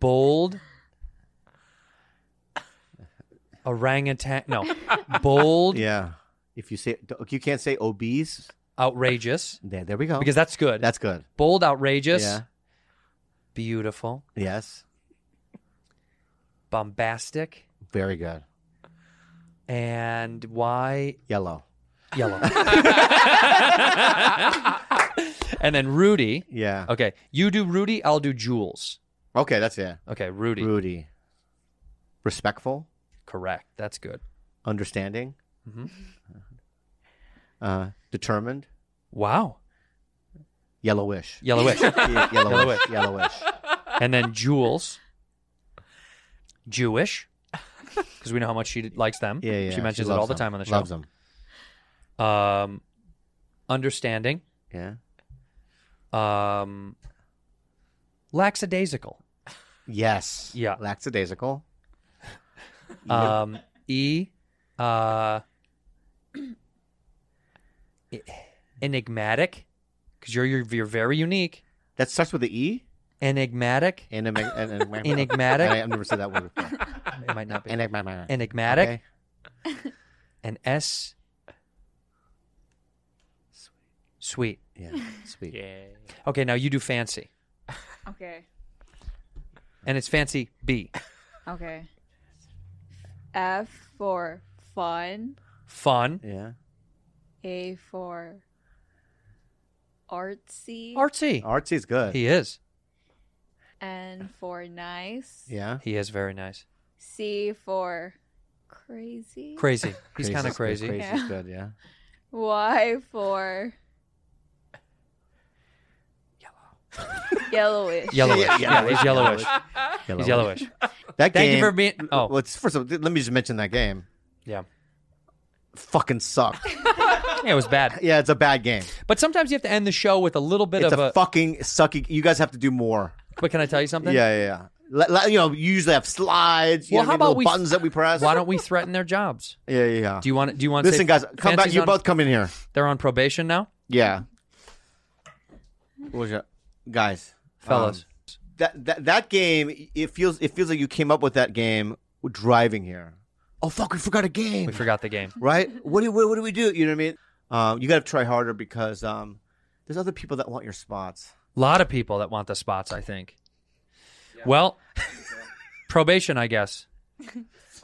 Speaker 4: bold orangutan no bold
Speaker 6: Yeah. If you say you can't say obese,
Speaker 4: outrageous
Speaker 6: there, there we go.
Speaker 4: because that's good
Speaker 6: that's good.
Speaker 4: bold outrageous
Speaker 6: Yeah.
Speaker 4: beautiful
Speaker 6: Yes.
Speaker 4: bombastic
Speaker 6: Very good.
Speaker 4: and why
Speaker 6: Yellow. (laughs)
Speaker 4: yellow and then rudy
Speaker 6: Yeah. Okay,
Speaker 4: okay you do rudy i'll do jules
Speaker 6: that's it.
Speaker 4: okay rudy
Speaker 6: Rudy. Respectful,
Speaker 4: correct that's good
Speaker 6: understanding,
Speaker 4: Mm-hmm.
Speaker 6: uh, determined,
Speaker 4: wow
Speaker 6: yellowish. (laughs)
Speaker 4: yellowish
Speaker 6: Yeah, yellowish. yellowish.
Speaker 4: and then Jules, Jewish, because we know how much she likes them.
Speaker 6: Yeah, yeah.
Speaker 4: She mentions it
Speaker 6: loves
Speaker 4: all the
Speaker 6: them.
Speaker 4: time on the show.
Speaker 6: Loves them.
Speaker 4: Um, understanding,
Speaker 6: Yeah.
Speaker 4: um, lackadaisical,
Speaker 6: Yes.
Speaker 4: Yeah. (laughs)
Speaker 6: Lackadaisical.
Speaker 4: um, e, uh, e- enigmatic, because you're, you're you're very unique.
Speaker 6: That starts with the E.
Speaker 4: Enigmatic.
Speaker 6: Enigma- enigma-
Speaker 4: (laughs) Enigmatic.
Speaker 6: I, have never said that
Speaker 4: (laughs)
Speaker 6: word before.
Speaker 4: It might not be
Speaker 6: Enigmatic.
Speaker 4: enigmatic.
Speaker 6: Okay.
Speaker 4: and S. Sweet.
Speaker 6: Yeah, sweet.
Speaker 7: Yeah.
Speaker 4: Okay, now you do fancy,
Speaker 3: Okay.
Speaker 4: and it's fancy B.
Speaker 3: Okay. F for fun.
Speaker 4: Fun,
Speaker 6: Yeah.
Speaker 3: A for artsy.
Speaker 4: artsy.
Speaker 6: (laughs) Artsy is good.
Speaker 4: He is.
Speaker 3: N for nice.
Speaker 6: yeah.
Speaker 4: He is very nice.
Speaker 3: C for crazy.
Speaker 4: Crazy. He's kind of
Speaker 6: is good.
Speaker 4: crazy.
Speaker 6: Crazy
Speaker 3: Yeah.
Speaker 6: is good. Yeah.
Speaker 3: y for yellow. Yellowish.
Speaker 4: (laughs) Yellowish. Yeah, he's yellowish. He's
Speaker 6: Yellowish.
Speaker 4: yellowish.
Speaker 6: That
Speaker 4: Thank
Speaker 6: game.
Speaker 4: you for being. Oh,
Speaker 6: Well, it's, first of all, th- let me just mention that game.
Speaker 4: yeah. (laughs)
Speaker 6: Fucking sucked.
Speaker 4: Yeah, it was bad.
Speaker 6: yeah, it's a bad game.
Speaker 4: But sometimes you have to end the show with a little bit
Speaker 6: it's
Speaker 4: of
Speaker 6: a,
Speaker 4: a.
Speaker 6: fucking sucky. You guys have to do more.
Speaker 4: but can I tell you something?
Speaker 6: yeah, yeah, yeah. Let- let- you know, you usually have slides. You
Speaker 4: Well, how
Speaker 6: know what I mean?
Speaker 4: about
Speaker 6: Little
Speaker 4: we-
Speaker 6: buttons that we press?
Speaker 4: Why don't we threaten their jobs?
Speaker 6: yeah, yeah, yeah.
Speaker 4: Do you want? Do you want? to say
Speaker 6: Listen, guys, come back.
Speaker 4: Fancy's
Speaker 6: You
Speaker 4: on-
Speaker 6: both come in here.
Speaker 4: They're on probation now,
Speaker 6: Yeah. What was your guys?
Speaker 4: fellas.
Speaker 6: um, that, that that game, it feels it feels like you came up with that game driving here. Oh fuck, we forgot a game.
Speaker 4: we forgot the game.
Speaker 6: right? What do what, what do we do? You know what I mean? Um, you got to try harder because um, there's other people that want your spots.
Speaker 4: A lot of people that want the spots. I think. Well, (laughs) probation, I guess.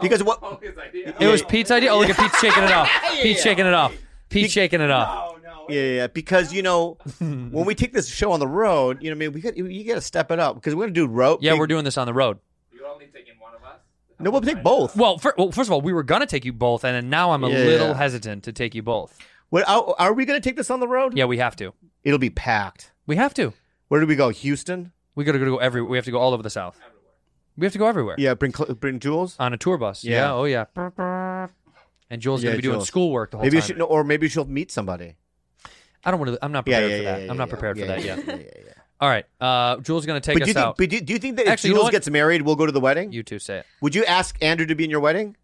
Speaker 6: Because what?
Speaker 4: It was Pete's idea. Oh, look at Pete's shaking it
Speaker 6: (laughs)
Speaker 4: off. Pete's shaking it off. Pete's shaking it off.
Speaker 6: Yeah, yeah, yeah. Because you know, when we take this show on the road, you know, what I mean, we got you got to step it up because we're gonna do rope.
Speaker 4: Yeah, we're doing this on the road.
Speaker 7: You're only taking one of us?
Speaker 6: No, we'll take both.
Speaker 4: Well, fir- well, first of all, we were gonna take you both, and then now I'm a
Speaker 6: Yeah.
Speaker 4: little hesitant to take you both.
Speaker 6: What, are, are we gonna take this on the road?
Speaker 4: Yeah, we have to.
Speaker 6: It'll be packed.
Speaker 4: We have to.
Speaker 6: Where do we go? Houston.
Speaker 4: We gotta go every. We have to go all over the South. We have to go everywhere.
Speaker 6: Yeah, bring Cl- bring Jules.
Speaker 4: On a tour bus. Yeah.
Speaker 6: Yeah.
Speaker 4: oh yeah. And Jules
Speaker 6: Yeah,
Speaker 4: gonna be doing
Speaker 6: Jules.
Speaker 4: schoolwork the whole
Speaker 6: Maybe you
Speaker 4: time.
Speaker 6: should, no, or maybe she'll meet somebody.
Speaker 4: I don't want to. I'm not
Speaker 6: Yeah,
Speaker 4: prepared
Speaker 6: yeah,
Speaker 4: for
Speaker 6: yeah,
Speaker 4: that.
Speaker 6: yeah,
Speaker 4: I'm not
Speaker 6: yeah,
Speaker 4: prepared
Speaker 6: yeah,
Speaker 4: for that
Speaker 6: yeah,
Speaker 4: yet.
Speaker 6: yeah, yeah, yeah.
Speaker 4: All right. Uh, Jules is gonna take
Speaker 6: But do
Speaker 4: us
Speaker 6: you think?
Speaker 4: out.
Speaker 6: But do, do you think that if
Speaker 4: Actually, you know
Speaker 6: Jules
Speaker 4: what?
Speaker 6: gets married, we'll go to the wedding?
Speaker 4: you two say it.
Speaker 6: Would you ask Andrew to be in your wedding?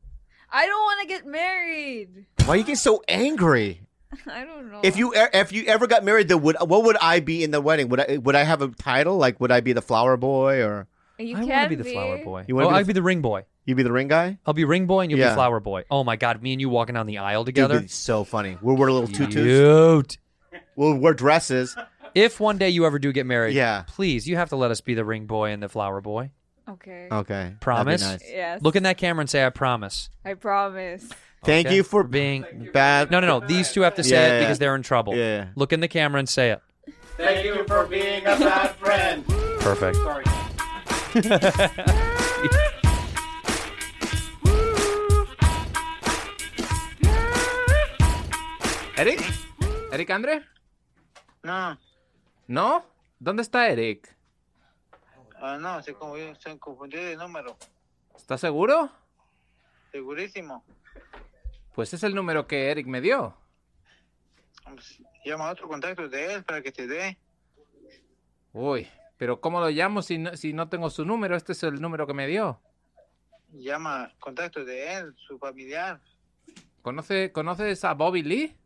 Speaker 3: I don't want to get married. (laughs)
Speaker 6: Why are you getting so angry?
Speaker 3: I don't know.
Speaker 6: If you e- if you ever got married, then would what would I be in the wedding? Would I would I have a title? Like would I be the flower boy or
Speaker 3: you
Speaker 4: I
Speaker 3: can
Speaker 4: wanna be the flower boy.
Speaker 6: You
Speaker 4: oh,
Speaker 6: wanna be the
Speaker 4: I'd be the ring boy.
Speaker 6: you be the ring guy?
Speaker 4: I'll be ring boy and you'll be
Speaker 6: Yeah.
Speaker 4: flower boy. Oh my god, me and you walking down the aisle
Speaker 6: Dude,
Speaker 4: together.
Speaker 6: it'd be so funny. We'll wear little tutus.
Speaker 4: Cute.
Speaker 6: We'll wear dresses.
Speaker 4: If one day you ever do get married,
Speaker 6: Yeah.
Speaker 4: please, you have to let us be the ring boy and the flower boy.
Speaker 3: Okay.
Speaker 6: Okay.
Speaker 4: Promise?
Speaker 6: That'd be nice.
Speaker 3: yes.
Speaker 4: Oh. Look in that camera and say, I promise.
Speaker 3: I promise.
Speaker 6: Thank
Speaker 4: Okay?
Speaker 6: you for being
Speaker 4: being.
Speaker 6: bad.
Speaker 4: No, no, no. These two have to say
Speaker 6: Yeah,
Speaker 4: it
Speaker 6: yeah.
Speaker 4: because they're in trouble.
Speaker 6: Yeah.
Speaker 4: Look in the camera and say it.
Speaker 8: Thank you for being a bad friend.
Speaker 4: Perfect.
Speaker 8: Sorry.
Speaker 7: Eric? Eric Andre?
Speaker 2: No,
Speaker 7: No? ¿Dónde está Eric?
Speaker 2: ah, no, se confundió, se confundió de número.
Speaker 7: ¿Estás seguro?
Speaker 2: Segurísimo.
Speaker 7: Pues es el número que Eric me dio.
Speaker 2: Pues, Llama a otro contacto de él para que te dé.
Speaker 7: Uy, pero ¿cómo lo llamo si no, si no tengo su número? Este es el número que me dio.
Speaker 2: Llama al contacto de él, su familiar.
Speaker 7: ¿Conoce, ¿Conoces a Bobby Lee?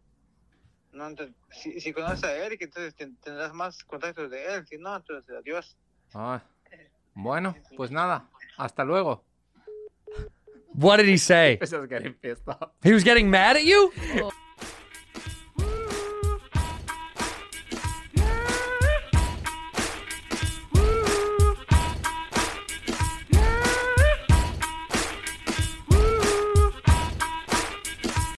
Speaker 2: No, ent- si, si conoces a Eric, entonces ten- tendrás más contactos de él. Si no, entonces adiós.
Speaker 7: Ah, bueno, pues nada. Hasta luego.
Speaker 4: What did he say?
Speaker 7: Eso es que
Speaker 4: He was getting mad at you?